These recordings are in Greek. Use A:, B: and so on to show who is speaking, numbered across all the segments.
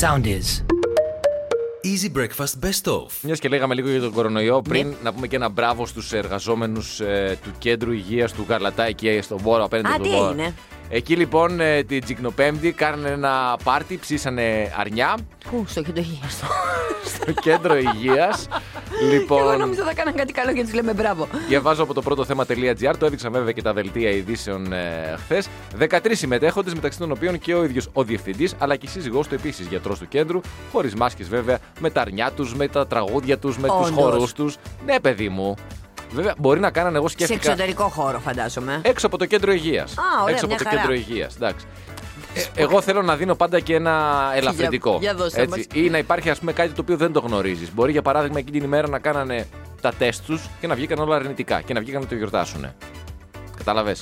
A: Sound is.
B: Easy Breakfast Best Of.
C: Μιας και λέγαμε λίγο για τον
D: Ναι.
C: κορονοϊό, πριν να πούμε και ένα μπράβο στους εργαζόμενους του Κέντρου Υγείας του Καρλατά εκεί στον Βόρο απέναντι
D: Α,
C: στον
D: τι
C: Βόρο.
D: έγινε?
C: Εκεί λοιπόν ε, την Τζικνοπέμπτη κάνανε ένα πάρτι, ψήσανε αρνιά
D: Πού στο χιντοχείο στο.
C: στο κέντρο υγείας.
D: Εγώ
C: λοιπόν,
D: νόμιζα θα κάναν κάτι καλό και τους λέμε μπράβο.
C: διαβάζω από το πρώτο θέμα.gr, το έδειξαν βέβαια και τα δελτία ειδήσεων ε, χθες. 13 συμμετέχοντες, μεταξύ των οποίων και ο ίδιος ο διευθυντής, αλλά και η σύζυγός του επίσης γιατρός του κέντρου, χωρίς μάσκες βέβαια, με τα αρνιά τους, με τα τραγούδια τους, με τους
D: Όντως.
C: χορούς τους. Ναι, παιδί μου. Βέβαια, μπορεί να κάνανε εγώ
D: Σε
C: σκέφτηκα.
D: εξωτερικό χώρο, φαντάζομαι.
C: Έξω από το κέντρο υγείας.
D: ωραία,
C: Έξω από
D: μια
C: το
D: χαρά.
C: κέντρο υγείας. εγώ θέλω να δίνω πάντα και ένα ελαφρυντικό.
D: για δώστε
C: έτσι,
D: μας.
C: ή να υπάρχει ας πούμε, κάτι το οποίο δεν το γνωρίζεις. Μπορεί για παράδειγμα εκείνη την ημέρα να κάνανε τα τεστ τους και να βγήκαν όλα αρνητικά και να βγήκαν να το γιορτάσουν. Κατάλαβε.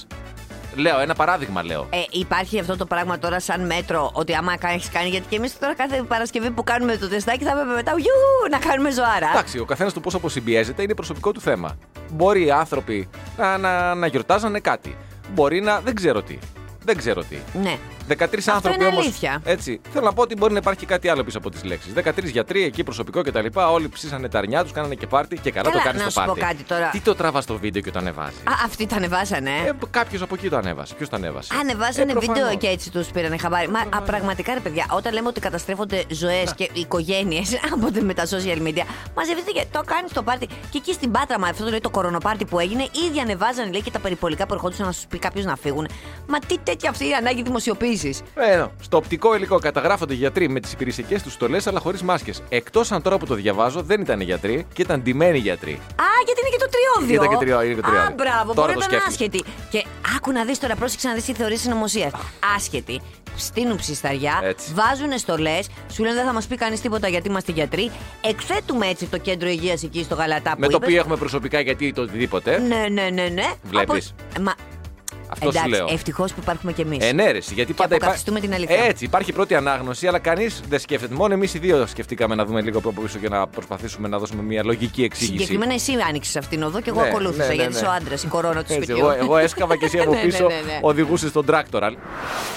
C: Λέω, ένα παράδειγμα λέω.
D: Ε, υπάρχει αυτό το πράγμα τώρα σαν μέτρο ότι άμα έχεις κάνει. Γιατί και εμείς τώρα κάθε Παρασκευή που κάνουμε το τεστάκι θα έπρεπε μετά γιου, να κάνουμε ζωάρα.
C: Εντάξει, ο καθένας του πώς αποσυμπιέζεται είναι προσωπικό του θέμα. Μπορεί οι άνθρωποι να, να, να γιορτάζανε κάτι. Μπορεί να. Δεν ξέρω τι. Δεν ξέρω τι.
D: Ναι.
C: 13 άνθρωποι
D: είναι
C: όμως,
D: αλήθεια.
C: Έτσι. Θέλω να πω ότι μπορεί να υπάρχει και κάτι άλλο πίσω από τις λέξεις. 13 γιατροί, εκεί προσωπικό κτλ. Όλοι ψήσανε τα αρνιά τους, κάνανε και πάρτι και καλά,
D: Καλά,
C: το κάνεις
D: να
C: το
D: σου πω
C: πάρτι.
D: κάτι τώρα.
C: Τι το τραβάς το βίντεο και το ανεβάζει.
D: Α, αυτοί τα ανεβάσανε. ε.
C: Ε, Κάποιος από εκεί το ανέβασε. Ποιος το ανέβασε.
D: Α, Ανεβάσανε
C: Ε, προφανώς.
D: βίντεο και έτσι τους πήρανε χαμπάρι. Μα α, πραγματικά ρε παιδιά, όταν λέμε ότι καταστρέφονται ζωές και οικογένειες από τα- με τα social media, μαζευτείτε το κάνεις το πάρτι. Και εκεί στην πάτρα, μα αυτό το λέει το κορονοπάρτι που έγινε, ήδη ανεβάζανε λέει και τα περιπολικά που ερχόντουσαν να σου πει κάποιος να φύγουν. Μα τι τέτοια αυτή η ανάγκη δημοσιοποίησης.
C: Ε, εννοώ. στο οπτικό υλικό καταγράφονται γιατροί με τις υπηρεσιακές τους στολές αλλά χωρίς μάσκες. Εκτός αν τώρα που το διαβάζω δεν ήταν γιατροί και ήταν ντυμένοι γιατροί.
D: Α, γιατί είναι και το τριώδιο.
C: Ήταν και τριώδιο, είναι και τριώδιο.
D: Α, μπράβο,
C: Τώρα
D: μπορεί
C: το
D: να
C: σκέφτομαι.
D: ήταν άσχετη. Και άκου να δεις τώρα, πρόσεξε να δεις τι θεωρείς συνωμοσία. Άσχετη. Στείνουν ψισταριά,
C: Έτσι.
D: βάζουν στολές, σου λένε δεν θα μας πει κανείς τίποτα γιατί είμαστε γιατροί. Εκθέτουμε έτσι το κέντρο υγείας εκεί στο Γαλατά που
C: Με το
D: είπες.
C: οποίο έχουμε προσωπικά γιατί το οτιδήποτε.
D: Ναι, ναι, ναι, ναι.
C: Βλέπεις.
D: Απο- Μα...
C: Αυτό σου
D: Εντάξει,
C: λέω. Ε, ναι,
D: ευτυχώς που υπάρχουμε κι εμείς.
C: Ενέρεση. Γιατί πάντα
D: αποκαθιστούμε την αλήθεια.
C: Έτσι, υπάρχει πρώτη ανάγνωση, αλλά κανείς δεν σκέφτεται. Μόνο εμείς οι δύο σκεφτήκαμε να δούμε λίγο από πίσω και να προσπαθήσουμε να δώσουμε μια λογική εξήγηση.
D: Συγκεκριμένα εσύ άνοιξες αυτήν την οδό και εγώ
C: Ναι,
D: ακολούθησα
C: ναι, ναι,
D: γιατί
C: ναι.
D: είσαι ο άντρας, η κορώνα του
C: Έτσι,
D: σπιτιού.
C: εγώ, εγώ έσκαβα και εσύ από
D: Ναι, ναι,
C: πίσω
D: ναι, ναι.
C: οδηγούσες τον τράκτορα.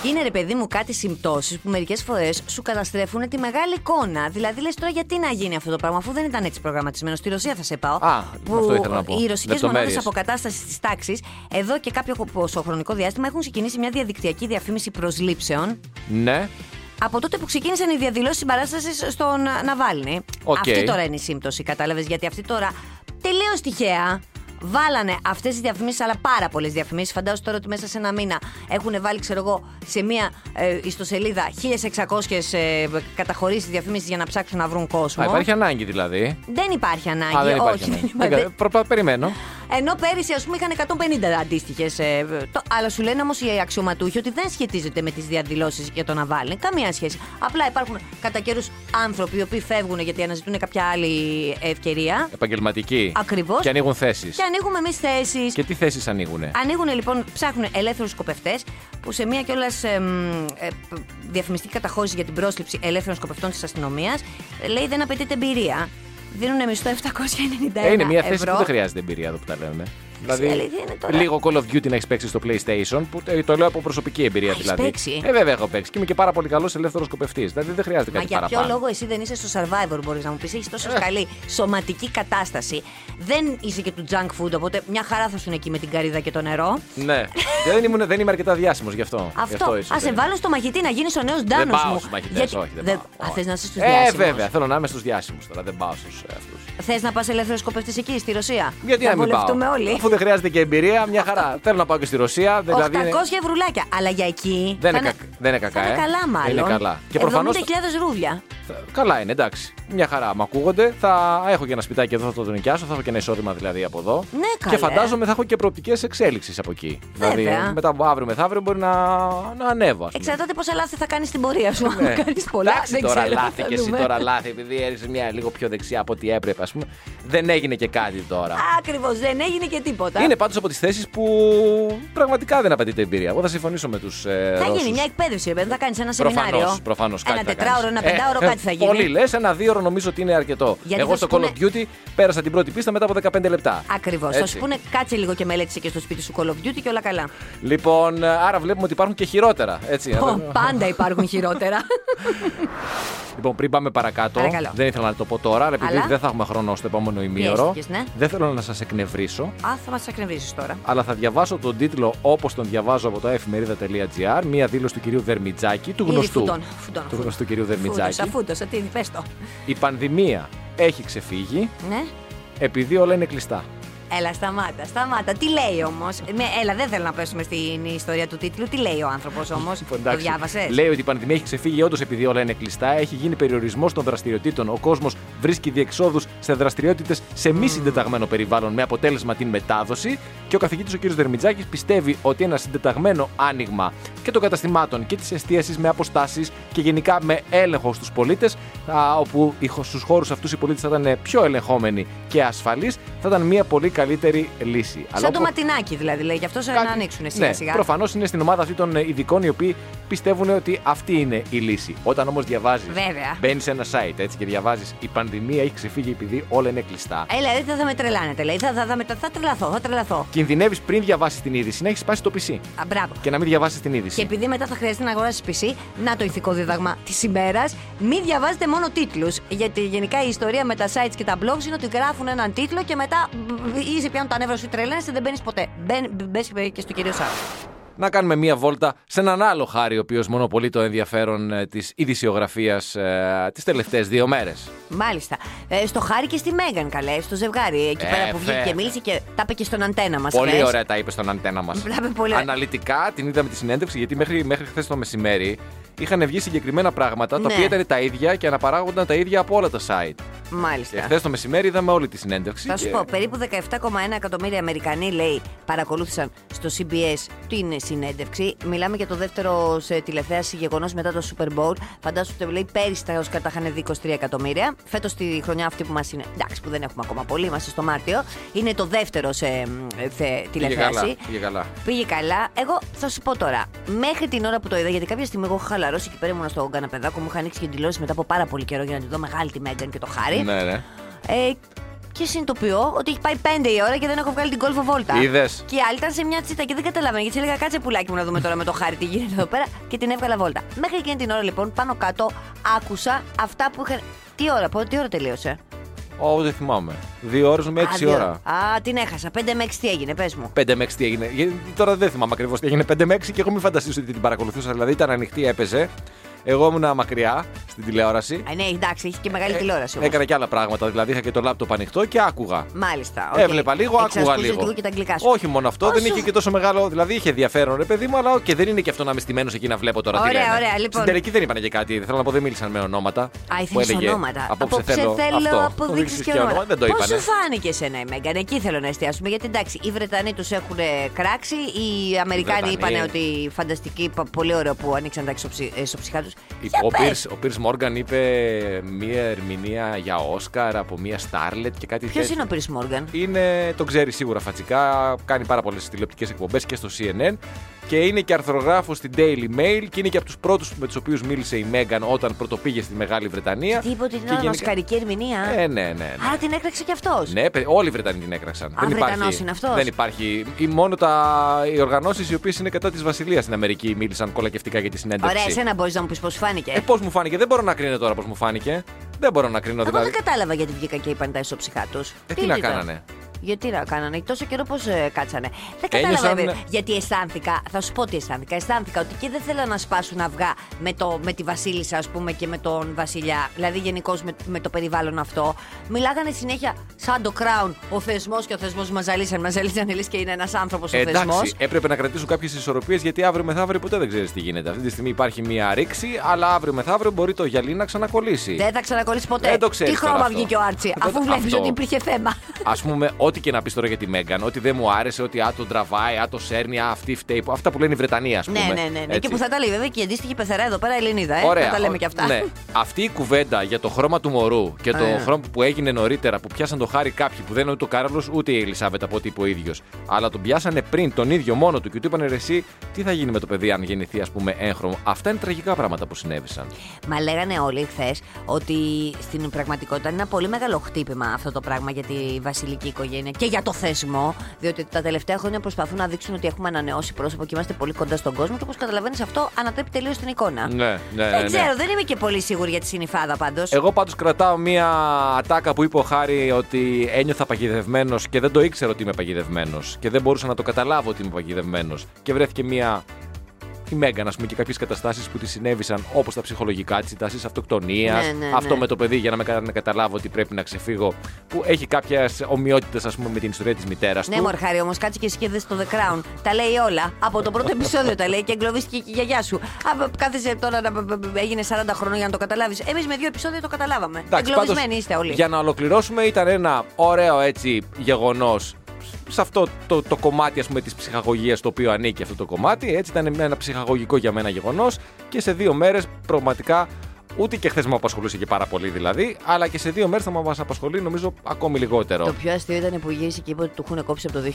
D: Και Είναι ρε παιδί μου κάτι συμπτώσεις που μερικές φορές σου καταστρέφουν τη μεγάλη εικόνα. Δηλαδή λες τώρα γιατί να γίνει αυτό το πράγμα, αφού δεν ήταν έτσι προγραμματισμένο. Στη Ρωσία θα σε πάω.
C: Α,
D: που
C: αυτό ήθελα να πω.
D: Οι ρωσικές
C: Λεπτομέρειες.
D: μονάδες αποκατάστασης της τάξης εδώ και κάποιο πόσο χρονικό διάστημα έχουν ξεκινήσει μια διαδικτυακή διαφήμιση προσλήψεων.
C: Ναι.
D: Από τότε που ξεκίνησαν οι διαδηλώσεις συμπαράστασης στον Ναβάλνη.
C: Οκ.
D: Αυτή τώρα είναι η σύμπτωση, κατάλαβες. Γιατί αυτή τώρα τελείως τυχαία βάλανε αυτές τις διαφημίσεις, αλλά πάρα πολλές διαφημίσεις. Φαντάζομαι τώρα ότι μέσα σε ένα μήνα έχουν βάλει, ξέρω εγώ, σε μία ε, ιστοσελίδα 1600 ε, καταχωρήσεις διαφημίσεις για να ψάξουν να βρουν κόσμο.
C: Α, υπάρχει ανάγκη δηλαδή.
D: Δεν υπάρχει ανάγκη.
C: Α, δεν υπάρχει
D: Όχι, δεν
C: ανάγκη. Ε,
D: υπάρχει.
C: Δεν κα- προ- προ- Περιμένω.
D: Ενώ πέρυσι, ας πούμε, είχαν 150 αντίστοιχες. ε, αλλά σου λένε όμως οι αξιωματούχοι ότι δεν σχετίζεται με τις διαδηλώσεις για τον Ναβάλνη. Καμία σχέση. Απλά υπάρχουν κατά καιρούς άνθρωποι οι οποίοι φεύγουν γιατί αναζητούν κάποια άλλη ευκαιρία.
C: Επαγγελματική.
D: Ακριβώς.
C: Και ανοίγουν θέσεις.
D: Και ανοίγουμε εμείς θέσεις.
C: Και τι θέσεις ανοίγουνε.
D: Ανοίγουν λοιπόν, ψάχνουν ελεύθερους σκοπευτές που σε μία κιόλας διαφημιστική καταχώρηση για την πρόσληψη ελεύθερων σκοπευτών της αστυνομίας λέει δεν απαιτείται εμπειρία. Δίνουν μισθό 791
C: Ε, είναι μια θέση
D: ευρώ.
C: που δεν χρειάζεται εμπειρία εδώ που τα λέμε. Δηλαδή,
D: αλήθεια είναι τώρα.
C: λίγο Call of Duty να έχεις παίξει στο PlayStation, που ε, το λέω από προσωπική εμπειρία
D: έχεις
C: δηλαδή.
D: παίξει?
C: Ε, βέβαια έχω παίξει και είμαι και πάρα πολύ καλός ελεύθερος σκοπευτή. Δηλαδή δεν χρειάζεται
D: Μα
C: κάτι
D: για
C: παραπάνω. Ε.
D: ποιο λόγο εσύ δεν είσαι στο survivor, μπορείς να μου πεις. Έχεις τόσο καλή σωματική κατάσταση. Δεν είσαι και του junk food, οπότε μια χαρά θα σου είναι εκεί με την καρύδα και το νερό.
C: Ναι. δεν, ήμουν, δεν είμαι αρκετά διάσημος γι' αυτό. Γι'
D: Αυτό.
C: ίσως
D: Ας σε
C: δεν-
D: βάλω στο μαχητή να γίνει ο νέος Ντάνος
C: Δεν πάω
D: μου.
C: στου μαχητέ,
D: Γιατί-
C: όχι. Δεν
D: δεν-
C: πάω.
D: Α,
C: Όχι.
D: θες να είσαι στους
C: Ε, βέβαια, θέλω να είμαι στους διάσημους τώρα. Δεν πάω στους αυτούς.
D: Θες να πας ελεύθερος σκοπευτής εκεί, στη Ρωσία.
C: Γιατί
D: να
C: να μην πάω.
D: βολευτούμε όλοι.
C: Αφού δεν χρειάζεται και εμπειρία, μια χαρά. θέλω να πάω και στη Ρωσία.
D: 800
C: Δηλαδή είναι-
D: ευρουλάκια. Αλλά για εκεί.
C: Δεν
D: θα
C: είναι κακ- δεν είναι κακά,
D: Θα είναι
C: ε.
D: καλά,
C: Δεν
D: μάλλον.
C: είναι καλά. Και
D: Και
C: προφανώς- Ναι.
D: 70.000 ρούβλια.
C: Καλά είναι, εντάξει. Μια χαρά. Μ' ακούγονται. Θα έχω και ένα σπιτάκι εδώ, θα το νοικιάσω. Θα έχω και ένα εισόδημα δηλαδή από εδώ.
D: Ναι,
C: Και
D: καλέ.
C: φαντάζομαι θα έχω και προοπτικές εξέλιξη από εκεί.
D: Βέβαια.
C: Δηλαδή μετά από αύριο μεθαύριο μπορεί να, να ανέβω, ας πούμε. Ε,
D: Εξαρτάται πόσα λάθη θα κάνεις στην πορεία σου. Αν κάνεις πολλά,
C: Ναι. Εντάξει,
D: δεν
C: τώρα
D: ξέρω,
C: λάθη
D: θα
C: και εσύ
D: δούμε.
C: τώρα λάθη, επειδή έριξες μια λίγο πιο δεξιά από ό,τι έπρεπε, ας πούμε. Δεν έγινε και κάτι τώρα.
D: Ακριβώς, δεν έγινε και τίποτα.
C: Είναι πάντως από τις θέσεις που πραγματικά δεν απαιτείται εμπειρία. Εγώ θα συμφωνήσω με τους. Ε,
D: Θα γίνει
C: Ρώσους.
D: μια εκπαίδευση, ρε παιδί, θα κάνεις ένα
C: Προφανώς,
D: σεμινάριο.
C: προφανώς.
D: Ένα τετράωρο, ένα πεντάωρο, κάτι θα γίνει.
C: Ε, Πολύ λες, ένα δίωρο νομίζω ότι είναι αρκετό.
D: Γιατί
C: Εγώ
D: θα
C: στο
D: σου
C: Call
D: πούνε-
C: of Duty πέρασα την πρώτη πίστα μετά από 15 λεπτά.
D: Ακριβώς. Θα
C: Έτσι.
D: σου πούνε κάτσε λίγο και μελέτησε και στο σπίτι σου Call of Duty και όλα καλά.
C: Λοιπόν, Ε, άρα βλέπουμε ότι υπάρχουν και χειρότερα. Έτσι, να
D: Πω,
C: το-
D: πάντα υπάρχουν χειρότερα.
C: Λοιπόν, πριν πάμε παρακάτω,
D: Παρακαλώ.
C: δεν ήθελα να το πω τώρα, αλλά επειδή
D: Αλλά?
C: δεν θα έχουμε χρόνο στο επόμενο ημίωρο,
D: Πιέστηκες, ναι.
C: δεν θέλω να σας εκνευρίσω.
D: Α, θα μας εκνευρίσει τώρα.
C: Αλλά θα διαβάσω τον τίτλο όπως τον διαβάζω από το εφημερίδα.gr, μία δήλωση του κυρίου Δερμιτζάκη, του
D: Ήδη
C: γνωστού,
D: φουντών, φουντών,
C: του
D: φουντών.
C: γνωστού κυρίου Δερμιτζάκη.
D: Φούντοσα, φούντοσα, τι είναι, πες το.
C: Η πανδημία έχει ξεφύγει
D: Ναι.
C: επειδή όλα είναι κλειστά.
D: Έλα, σταμάτα, σταμάτα. Τι λέει όμως. Έλα, δεν θέλω να πέσουμε στην ιστορία του τίτλου. Τι λέει ο άνθρωπος όμως.
C: Λοιπόν,
D: το
C: εντάξει.
D: διάβασες.
C: Λέει ότι η πανδημία έχει ξεφύγει όντως επειδή όλα είναι κλειστά. Έχει γίνει περιορισμός των δραστηριοτήτων. Ο κόσμος βρίσκει διεξόδους σε δραστηριότητες σε μη συντεταγμένο περιβάλλον με αποτέλεσμα την μετάδοση. Και ο καθηγητής ο κ. Δερμιτζάκης πιστεύει ότι ένα συντεταγμένο άνοιγμα και των καταστημάτων και της εστίασης με αποστάσεις και γενικά με έλεγχο στους πολίτες, όπου στους χώρους αυτούς οι πολίτες θα ήταν πιο ελεγχόμενοι και ασφαλείς, θα ήταν μια πολύ καλύτερη λύση.
D: Σαν το
C: όποτε-
D: ματινάκι δηλαδή, λέει. Γι' αυτό σε- να ανοίξουν σιγά
C: ναι,
D: σιγά.
C: Προφανώς είναι στην ομάδα αυτή των ε, ειδικών οι οποίοι πιστεύουν ότι αυτή είναι η λύση. Όταν όμως διαβάζεις.
D: Βέβαια.
C: Μπαίνεις σε ένα site έτσι, και διαβάζεις Η πανδημία έχει ξεφύγει επειδή όλα είναι κλειστά.
D: Έλα, δεν Ε, δηλαδή θα, θα με τρελάνετε, λέει. Θα, θα, θα, με- θα τρελαθώ, θα τρελαθώ.
C: Κινδυνεύεις πριν διαβάσεις την είδηση να έχεις σπάσει το PC
D: Α, μπράβο.
C: και να μην διαβάσεις την είδηση.
D: Και επειδή μετά θα χρειαστεί να αγοράσεις PC, να το ηθικό δίδαγμα της ημέρας. Μην διαβάζετε μόνο τίτλους. Γιατί γενικά η ιστορία με τα sites και τα blogs είναι ότι γράφουν έναν τίτλο και μετά μ, easy πιάνουν τα νεύρα σου τρελαίνεσαι, δεν μπαίνεις ποτέ. Μπε και στο κυρίω άλλο.
C: Να κάνουμε μία βόλτα σε έναν άλλο χάρη, ο οποίος μονοπολεί το ενδιαφέρον ε, της ειδησιογραφίας ε, τις τελευταίες δύο μέρες.
D: Μάλιστα. Ε, στο χάρη και στη Μέγαν, καλέ, στο ζευγάρι. Εκεί
C: Ε,
D: πέρα που βγήκε
C: βέβαια.
D: και μίλησε και τα είπε και στον αντένα μας.
C: Πολύ ωραία τα είπε στον αντένα μας.
D: Τα είπε πολύ ωραία.
C: Αναλυτικά την είδαμε τη συνέντευξη, γιατί μέχρι, μέχρι χθες το μεσημέρι είχαν βγει συγκεκριμένα πράγματα
D: Ναι.
C: τα οποία ήταν τα ίδια και αναπαράγονταν τα ίδια από όλα τα site. Και
D: Μάλιστα.
C: χθε το μεσημέρι είδαμε όλη τη συνέντευξη.
D: Θα σου
C: και-
D: πω, περίπου 17,1 εκατομμύρια Αμερικανοί, λέει, παρακολούθησαν στο CBS την συνέντευξη. Μιλάμε για το δεύτερο σε τηλεθέαση γεγονός μετά το Super Bowl. Φαντάσου ότι λέει πέρυσι τα Όσκαρ τα είχαν δει 23 εκατομμύρια. Φέτος τη χρονιά αυτή που μας είναι. Εντάξει, που δεν έχουμε ακόμα πολύ, είμαστε στο Μάρτιο. Είναι το δεύτερο σε, ε, θε-
C: Πήγε
D: τηλεθέαση.
C: καλά, πήγε καλά.
D: Πήγε καλά. Εγώ θα σου πω τώρα. Μέχρι την ώρα που το είδα, γιατί κάποια στιγμή εγώ είχα χαλαρώσει εκεί πέρα ήμουν στο καναπεδάκο, μου είχα ανοίξει και την τηλεόραση μετά από πάρα πολύ καιρό για να τη δω μεγάλη τη Μέγκαν και το χάρη.
C: Ναι, ναι.
D: Ε, και συνειδητοποιώ ότι έχει πάει 5 η ώρα και δεν έχω βγάλει την κόλφο βόλτα.
C: Είδες.
D: Και η άλλη ήταν σε μια τσίτα και δεν καταλαβαίνω. Γιατί της έλεγα κάτσε πουλάκι μου να δούμε τώρα με το χάρι τι γίνεται εδώ πέρα και την έβγαλα βόλτα. Μέχρι εκείνη την ώρα λοιπόν πάνω κάτω άκουσα αυτά που είχαν. Τι ώρα, πω, τι ώρα τελείωσε.
C: Ω, δεν θυμάμαι. Δύο ώρες με
D: Α,
C: έξι
D: δύο.
C: ώρα.
D: Α, την έχασα. 5 με 6 τι έγινε, πες μου.
C: 5 με 6 τι έγινε. Γιατί Τώρα δεν θυμάμαι ακριβώς τι έγινε. 5 με 6 και εγώ μην φανταστήσω ότι την παρακολουθούσα. Δηλαδή ήταν ανοιχτή, έπαιζε. Εγώ ήμουνα μακριά στην τηλεόραση.
D: Α, ναι, εντάξει, έχεις και μεγάλη
C: Ε,
D: τηλεόραση όμως.
C: Έκανα και άλλα πράγματα. Δηλαδή είχα και το λάπτοπ ανοιχτό και άκουγα.
D: Μάλιστα. οκ.
C: Έβλεπα λίγο, άκουγα
D: Εξασκούσες
C: λίγο.
D: λίγο και τα αγγλικά σου.
C: Όχι μόνο αυτό, δεν
D: Όσο-
C: είχε και τόσο μεγάλο. Δηλαδή είχε ενδιαφέρον, ρε παιδί μου, αλλά και δεν είναι και αυτό να είμαι στημένος εκεί να βλέπω τώρα τι
D: Ωραία,
C: λένε.
D: ωραία,
C: Στην
D: λοιπόν.
C: τελική δεν είπανε και κάτι. Θέλω να πω, δεν μίλησαν με ονόματα.
D: Α,
C: που
D: ήθελε
C: έλεγε,
D: ονόματα.
C: Απόψε, θέλω, αυτό.
D: αποδείξει και ονόματα.
C: Δεν το
D: Πώς
C: είπανε.
D: σου φάνηκε σένα η Μέγκαν, εκεί θέλω να εστιάσουμε. Γιατί εντάξει, οι Βρετανοί τους έχουν ε, κράξει, οι Αμερικάνοι
C: Βρετανοί.
D: είπαν ότι φανταστική, πα- πολύ ωραίο που ανοίξαν τα ε, εξοψι- εξοψυχά του.
C: Ο- Ο Pierce- Ο Πίρ Μόργαν είπε μία ερμηνεία για Όσκαρ από μία Στάρλετ και κάτι
D: Ποιος
C: τέτοιο.
D: είναι ο Πίρ Μόργαν.
C: Είναι, το ξέρει σίγουρα φατσικά, κάνει πάρα πολλές τηλεοπτικές εκπομπές και στο CNN. Και είναι και αρθρογράφος στην Daily Mail και είναι και από τους πρώτους με τους οποίους μίλησε η Μέγαν όταν πρωτοπήγε στη Μεγάλη Βρετανία.
D: Τι είπε ότι
C: Και
D: την
C: γενικά-
D: οσκαρική ερμηνεία.
C: Ε, ναι, ναι. ναι.
D: Άρα την έκραξε κι αυτός.
C: Ναι, παι- όλοι οι Βρετανοί την έκραξαν.
D: Α, Βρετανός είναι αυτός.
C: Δεν υπάρχει. Ή μόνο τα... οι οργανώσεις οι οποίες είναι κατά της Βασιλείας στην Αμερική μίλησαν κολακευτικά για τη συνέντευξη.
D: Ωραία, εσένα μπορεί να μου πει πώ σου φάνηκε.
C: Ε, πώς μου φάνηκε, δεν μπορώ να κρίνω τώρα πώς μου φάνηκε. Δεν μπορώ να κρίνω
D: Εγώ
C: δηλαδή.
D: δεν κατάλαβα γιατί βγήκαν και είπαν τα ισοψυχά τους.
C: Ε, τι να κάνανε.
D: Γιατί να κάνανε, τόσο καιρό πώ κάτσανε. Δεν
C: Ένιωσαν-
D: κατάλαβα βέβαια, γιατί αισθάνθηκα. Θα σου πω τι αισθάνθηκα. Αισθάνθηκα ότι και δεν θέλανε να σπάσουν αυγά με, το, με τη Βασίλισσα, ας πούμε, και με τον Βασιλιά. Δηλαδή γενικώς με, με, το περιβάλλον αυτό. Μιλάγανε συνέχεια σαν το Crown. Ο θεσμός και ο θεσμός μα ζαλίσαν. Μα ζαλίσαν, λες και είναι ένας άνθρωπος ο θεσμό.
C: Εντάξει, έπρεπε να κρατήσουν κάποιες ισορροπίες γιατί αύριο μεθαύριο ποτέ δεν ξέρεις τι γίνεται. Αυτή τη στιγμή υπάρχει μία ρήξη, αλλά αύριο μεθαύριο μπορεί το γυαλί να ξανακολλήσει.
D: Δεν θα ξανακολλήσει ποτέ.
C: Δεν το ξέρεις
D: τι
C: τώρα
D: χρώμα
C: αυτό.
D: βγήκε ο Άρτσι,
C: Δεν το-
D: αφού βλέπεις
C: αυτό.
D: ότι υπήρχε θέμα.
C: Ας πούμε, ό,τι και να πεις τώρα για τη Μέγκαν, ότι δεν μου άρεσε, ότι α τον τραβάει, α το σέρνει, α αυτή φταίει. που- Αυτά που λένε οι Βρετανοί, ας πούμε.
D: Ναι, ναι, ναι, ναι. Και
C: Έτσι.
D: που θα τα λέει βέβαια και η αντίστοιχη πεθερά εδώ πέρα Ελληνίδα. Ε.
C: Ωραία.
D: Θα τα λέμε και αυτά.
C: Ναι. Αυτή η κουβέντα για το χρώμα του μωρού και το
D: Ε.
C: χρώμα που έγινε νωρίτερα που πιάσαν το χάρι κάποιοι που δεν είναι ούτε ο Κάρλος ούτε η Ελισάβετα από ό,τι είπε ο ίδιος. Αλλά τον πιάσανε πριν τον ίδιο μόνο του και του είπανε «Ρε εσύ τι θα γίνει με το παιδί αν γεννηθεί, ας πούμε, έγχρωμο. Αυτά είναι τραγικά πράγματα που συνέβησαν.
D: Μα λέγανε όλοι χθες ότι στην πραγματικότητα είναι ένα πολύ μεγάλο χτύπημα αυτό το πράγμα για τη βασιλική οικογένεια και για το θεσμό. Διότι τα τελευταία χρόνια προσπαθούν να δείξουν ότι έχουμε ανανεώσει πρόσωπο και είμαστε πολύ κοντά στον κόσμο. Και όπως καταλαβαίνεις, αυτό ανατρέπει τελείως την εικόνα.
C: Ναι, ναι,
D: δεν
C: ναι.
D: ξέρω, δεν είμαι και πολύ σίγουρη για τη συνειφάδα πάντως.
C: Εγώ πάντως κρατάω μία ατάκα που είπε ο Χάρη ότι ένιωθα παγιδευμένος και δεν το ήξερα ότι είμαι παγιδευμένος. Και δεν μπορούσα να το καταλάβω ότι είμαι παγιδευμένος. Και βρέθηκε μία η Μέγκαν, ας πούμε, και κάποιες καταστάσεις που τη συνέβησαν, όπως τα ψυχολογικά της, οι τάσεις αυτοκτονίας,
D: Ναι, ναι, ναι.
C: αυτό με το παιδί για να με κάνει να καταλάβω ότι πρέπει να ξεφύγω, που έχει κάποιες ομοιότητες, ας πούμε, με την ιστορία της μητέρας
D: Ναι,
C: του.
D: Μορχάρη, όμως κάτσε και εσύ και δες το The Crown. Τα λέει όλα. Από το πρώτο επεισόδιο τα λέει και εγκλωβίσει και η γιαγιά σου. Α, Κάθεσαι τώρα να έγινε 40 χρόνια για να το καταλάβεις. Εμείς με δύο επεισόδια το καταλάβαμε.
C: Εντάξει,
D: Εγκλωβισμένοι
C: πάντως,
D: είστε όλοι.
C: Για να ολοκληρώσουμε, ήταν ένα ωραίο έτσι γεγονός σε αυτό το, το κομμάτι ας πούμε, της ψυχαγωγίας το οποίο ανήκει αυτό το κομμάτι. Έτσι ήταν ένα ψυχαγωγικό για μένα γεγονός και σε δύο μέρες πραγματικά ούτε και χθες με απασχολούσε και πάρα πολύ δηλαδή, αλλά και σε δύο μέρες θα μας απασχολεί νομίζω ακόμη λιγότερο.
D: Το πιο αστείο ήταν που γύρισε και είπε ότι του έχουν κόψει από το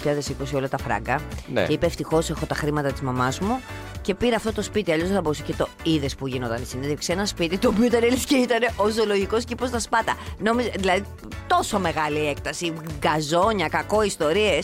D: 2020 όλα τα φράγκα.
C: Ναι.
D: Και είπε: Ευτυχώς έχω τα χρήματα της μαμάς μου και πήρα αυτό το σπίτι. Αλλιώς δεν θα μπορούσε. Και το είδες που γινόταν η συνέντευξη. Ένα σπίτι το οποίο ήταν έλευκε και ήταν ο ζωολογικός κήπος στα σπάτα. Νόμιζε, δηλαδή τόσο μεγάλη η έκταση. Γκαζόνια, κακό, ιστορίες.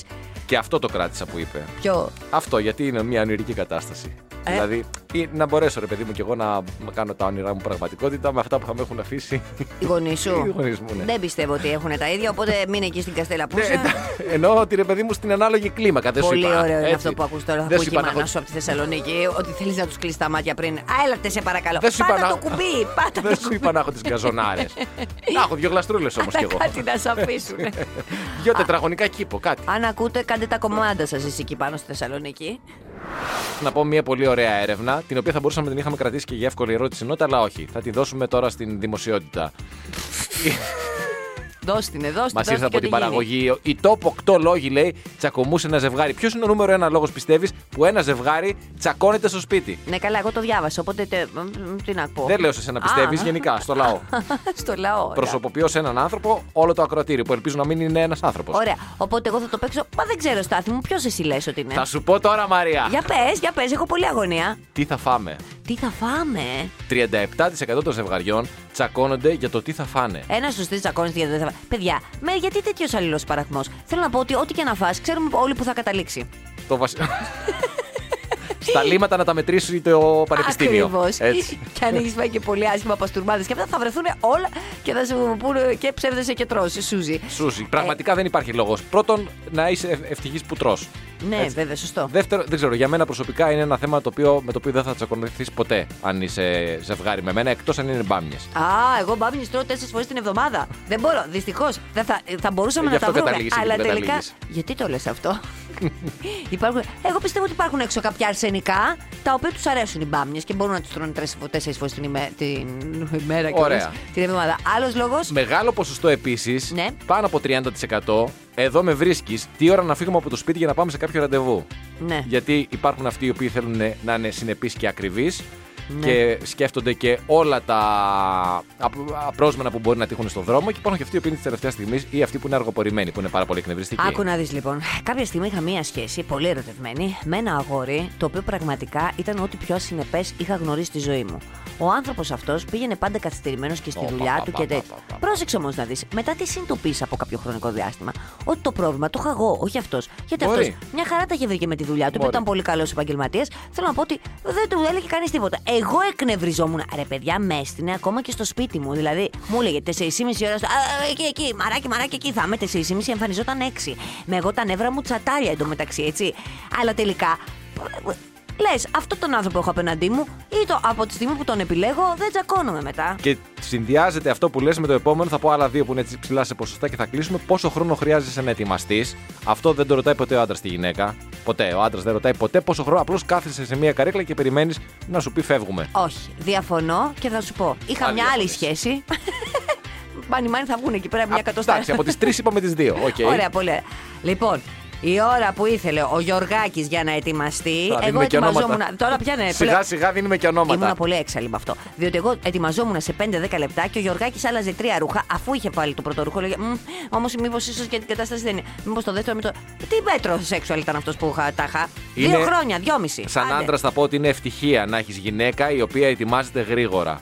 C: Και αυτό το κράτησα που είπε.
D: Ποιο.
C: Αυτό γιατί είναι μια ονειρική κατάσταση.
D: Ε.
C: Δηλαδή, ή να μπορέσω ρε παιδί μου και εγώ να κάνω τα όνειρά μου πραγματικότητα με αυτά που θα με έχουν αφήσει.
D: Οι γονείς σου.
C: Οι γονείς μου, ναι.
D: Δεν πιστεύω ότι έχουν τα ίδια, οπότε μείνε εκεί στην Καστέλα
C: Ναι,
D: Πούσα.
C: εντά- εννοώ ότι ρε παιδί μου στην ανάλογη κλίμακα. Δεν σου
D: Πολύ
C: είπα,
D: ωραίο είναι
C: έτσι.
D: αυτό που ακούς τώρα. Θα
C: Δεν
D: πω
C: σου
D: και η
C: είπα να
D: μάνα
C: έχω-
D: σου από τη Θεσσαλονίκη ότι θέλεις να τους κλείσεις τα μάτια πριν. Α, έλατε σε παρακαλώ.
C: Δεν σου είπα
D: πάτα
C: να-
D: το κουμπί, πάτα
C: Δεν
D: το
C: σου
D: κουμπί.
C: είπα να έχω τις γκαζονάρες. να έχω δύο γλαστρούλες όμως κι
D: Αλλά
C: εγώ.
D: Κάτι να σε αφήσουν.
C: Δύο τετραγωνικά κήπο, κάτι.
D: Αν ακούτε, κάντε τα κομμάτια σας εσείς εκεί πάνω στη Θεσσαλονίκη.
C: Να πω μια πολύ ωραία έρευνα, την οποία θα μπορούσαμε να την είχαμε κρατήσει και για εύκολη ερώτηση νότα, αλλά όχι. Θα τη δώσουμε τώρα στην δημοσιότητα.
D: Δώστε την, δώστε
C: Μα
D: δώστε
C: ήρθε
D: και
C: από
D: ό,τι
C: την
D: γίνει.
C: παραγωγή. Οι τόπο 8 λόγοι, λέει, τσακωμούσε ένα ζευγάρι. Ποιος είναι ο νούμερο ένα λόγος, πιστεύεις, που ένα ζευγάρι τσακώνεται στο σπίτι.
D: Ναι, καλά, εγώ το διάβασα, οπότε τε- μ, μ, τι να πω.
C: Δεν λέω σε σένα,
D: Α.
C: πιστεύει γενικά, στο λαό.
D: Στο λαό. ωραία.
C: Προσωποποιώ σε έναν άνθρωπο όλο το ακροατήριο, που ελπίζω να μην είναι ένας άνθρωπος.
D: Ωραία. Οπότε εγώ θα το παίξω. Μα δεν ξέρω, Στάθη μου, ποιος εσύ λες ότι είναι.
C: Θα σου πω τώρα, Μαρία.
D: ναι. Για πες, για πες, έχω πολλή αγωνία.
C: Τι θα φάμε.
D: Τι θα φάμε.
C: 37% των ζευγαριών τσακώνονται για το τι θα φάνε.
D: Ένα στους τρεις τσακώνεται γιατί δεν θα φά- Παιδιά, με, γιατί τέτοιος αλληλός παραχμό. Θέλω να πω ότι ό,τι και να φας, ξέρουμε όλοι που θα καταλήξει.
C: Το βασι... Στα λίμματα να τα μετρήσει το πανεπιστήμιο.
D: Ακριβώς.
C: Έτσι.
D: και αν έχεις φάει και πολύ άσχημα παστούρμάδε και αυτά θα βρεθούν όλα και θα σου πούνε και ψεύδεσαι και τρώσει, Σούζι.
C: Σούζι, πραγματικά δεν υπάρχει λόγος. Πρώτον, να είσαι ευτυχής που τρώ.
D: Ναι, βέβαια, σωστό.
C: Δεύτερο, δεν ξέρω, για μένα προσωπικά είναι ένα θέμα το οποίο, με το οποίο δεν θα τσακωνωθεί ποτέ αν είσαι ζευγάρι με μένα, εκτός αν είναι μπάμιες.
D: Α, εγώ μπάμινι τρώω τέσσερις φορές την εβδομάδα. Δεν μπορώ, δυστυχώς. Θα, θα μπορούσαμε
C: Ε,
D: να
C: γι'
D: τα
C: αυτό
D: βρούμε.
C: καταλήγεις εκεί
D: Αλλά
C: που
D: τελικά.
C: καταλήγεις.
D: Γιατί το λες αυτό. υπάρχουν... Εγώ πιστεύω ότι υπάρχουν έξω κάποια αρσενικά τα οποία τους αρέσουν οι μπάμιες και μπορούν να του τρώνε τέσσερις φορές την, ημέ... την ημέρα και
C: Ωραία.
D: την εβδομάδα. Άλλος λόγος.
C: Μεγάλο ποσοστό επίσης,
D: Ναι.
C: πάνω από 30%, εδώ με βρίσκεις, τι ώρα να φύγουμε από το σπίτι για να πάμε σε κάποιο ραντεβού.
D: Ναι.
C: Γιατί υπάρχουν αυτοί οι οποίοι θέλουν να είναι συνεπείς και ακριβείς
D: Ναι.
C: και σκέφτονται και όλα τα απ- απρόσμενα που μπορεί να τύχουν στον δρόμο. Και υπάρχουν και αυτοί οι οποίοι είναι της τελευταίας στιγμής ή αυτοί που είναι αργοπορημένοι, που είναι πάρα πολύ εκνευριστικοί.
D: Άκου να δεις λοιπόν. Κάποια στιγμή είχα μία σχέση, πολύ ερωτευμένη, με ένα αγόρι, το οποίο πραγματικά ήταν ό,τι πιο ασυνεπές είχα γνωρίσει στη ζωή μου. Ο άνθρωπος αυτός πήγαινε πάντα καθυστερημένος και στη
C: Ω,
D: δουλειά
C: πα,
D: του
C: πα,
D: και
C: πα, πα,
D: τέτοιο.
C: πα, πα.
D: Πρόσεξε όμως να δεις, μετά τι συνειδητοποίησα από κάποιο χρονικό διάστημα, ότι το πρόβλημα το είχα εγώ, όχι αυτός. Γιατί αυτό
C: Μπορεί.
D: μια χαρά τα είχε βρει και με τη δουλειά του, που
C: Μπορεί.
D: ήταν πολύ καλός επαγγελματίας. Θέλω να πω ότι δεν του έλεγε κανείς τίποτα. Εγώ εκνευριζόμουν. Ρε παιδιά, με έστεινε ακόμα και στο σπίτι μου. Δηλαδή, μου έλεγε 4,5 ώρα. στο- «Α, Εκεί, εκεί, μαράκι, μαράκι, εκεί θα είμαι. 4,5 εμφανιζόταν 6. Με εγώ τα νεύρα μου τσατάλια εντωμεταξύ, έτσι. Αλλά τελικά. Λες, αυτόν τον άνθρωπο έχω απέναντί μου ή το, από τη στιγμή που τον επιλέγω δεν τσακώνομαι μετά.
C: Και συνδυάζεται αυτό που λες με το επόμενο. Θα πω άλλα δύο που είναι έτσι ψηλά σε ποσοστά και θα κλείσουμε. Πόσο χρόνο χρειάζεσαι να ετοιμαστείς. Αυτό δεν το ρωτάει ποτέ ο άντρας τη γυναίκα. Ποτέ. Ο άντρας δεν ρωτάει ποτέ πόσο χρόνο. Απλώς κάθεσαι σε μία καρέκλα και περιμένεις να σου πει φεύγουμε.
D: Όχι, διαφωνώ και θα σου πω. Είχα
C: Πάλι
D: μια άλλη
C: διαφωνείς.
D: σχέση. Μπάνι μάνι θα βγουν εκεί πέρα μια
C: Α,
D: εκατοστάρα.
C: Εντάξει, από τις τρεις είπαμε τις δύο. Οκ.
D: Ωραία, πολύ. ωραία. Λοιπόν, η ώρα που ήθελε ο Γιωργάκης για να ετοιμαστεί.
C: Θα
D: εγώ
C: δίνουμε και
D: ετοιμαζόμουν.
C: ονόματα.
D: Τώρα πια ναι,
C: Σιγά σιγά δίνουμε και ονόματα.
D: Ήμουν πολύ έξαλλη με αυτό. Διότι εγώ ετοιμαζόμουν σε 5-10 λεπτά και ο Γιωργάκης άλλαζε τρία ρούχα, αφού είχε πάλι το πρώτο ρούχο. Λέγε, όμως μήπως ίσως και την κατάσταση δεν είναι. Μήπως το δεύτερο. Μην το... Τι μέτρο σεξουαλ ήταν αυτός που είχα, τα είχα. Δύο
C: Είναι
D: χρόνια, δυόμιση.
C: Σαν
D: Άντε.
C: άντρας θα πω ότι είναι ευτυχία να έχεις γυναίκα η οποία ετοιμάζεται γρήγορα.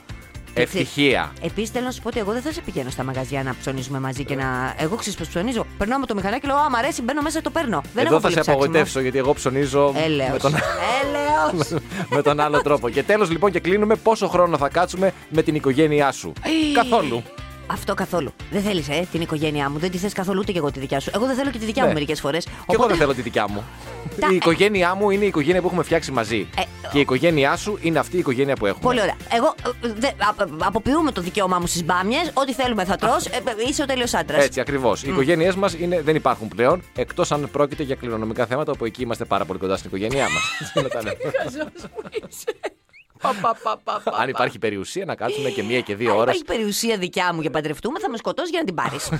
C: Ευτυχία.
D: Επίσης, θέλω να σου πω ότι εγώ δεν θα σε πηγαίνω στα μαγαζιά να ψωνίζουμε μαζί και να. Εγώ ξέρω πώς ψωνίζω. Περνάω με το μηχανάκι και λέω Α, μ' αρέσει, μπαίνω μέσα, το παίρνω. Δεν
C: Εδώ
D: έχω
C: θα
D: Ε, πολύ
C: σε
D: ψάξιμο.
C: απογοητεύσω γιατί εγώ ψωνίζω με
D: Έλεος.
C: τον,
D: Έλεος.
C: με τον άλλο τρόπο. Και τέλος λοιπόν και κλείνουμε πόσο χρόνο θα κάτσουμε με την οικογένειά σου. Καθόλου.
D: Αυτό καθόλου. Δεν θέλεις ε, την οικογένειά μου. Δεν τη θες καθόλου ούτε και εγώ τη δικιά σου. Εγώ δεν θέλω και τη δικιά
C: Ναι.
D: μου μερικές φορές.
C: Και εγώ δεν θέλω τη δικιά μου.
D: Τα-
C: Η οικογένειά μου είναι η οικογένεια που έχουμε φτιάξει μαζί.
D: Ε,
C: Και η οικογένειά σου είναι αυτή η οικογένεια που έχουμε.
D: Πολύ ωραία. Εγώ ε, δε, α- αποποιούμε το δικαίωμά μου στις μπάμιες. Ό,τι θέλουμε θα τρώ. είσαι ο τέλειος άντρας.
C: Έτσι ακριβώς. Οι οικογένειές μας δεν υπάρχουν πλέον, εκτός αν πρόκειται για κληρονομικά θέματα όπου εκεί είμαστε πάρα πολύ κοντά στην οικογένειά μας. αν υπάρχει περιουσία, να κάτσουμε και μία και δύο
D: Αν
C: ώρες.
D: υπάρχει περιουσία δικιά μου για παντρευτούμε, θα με σκοτώσει για να την πάρεις.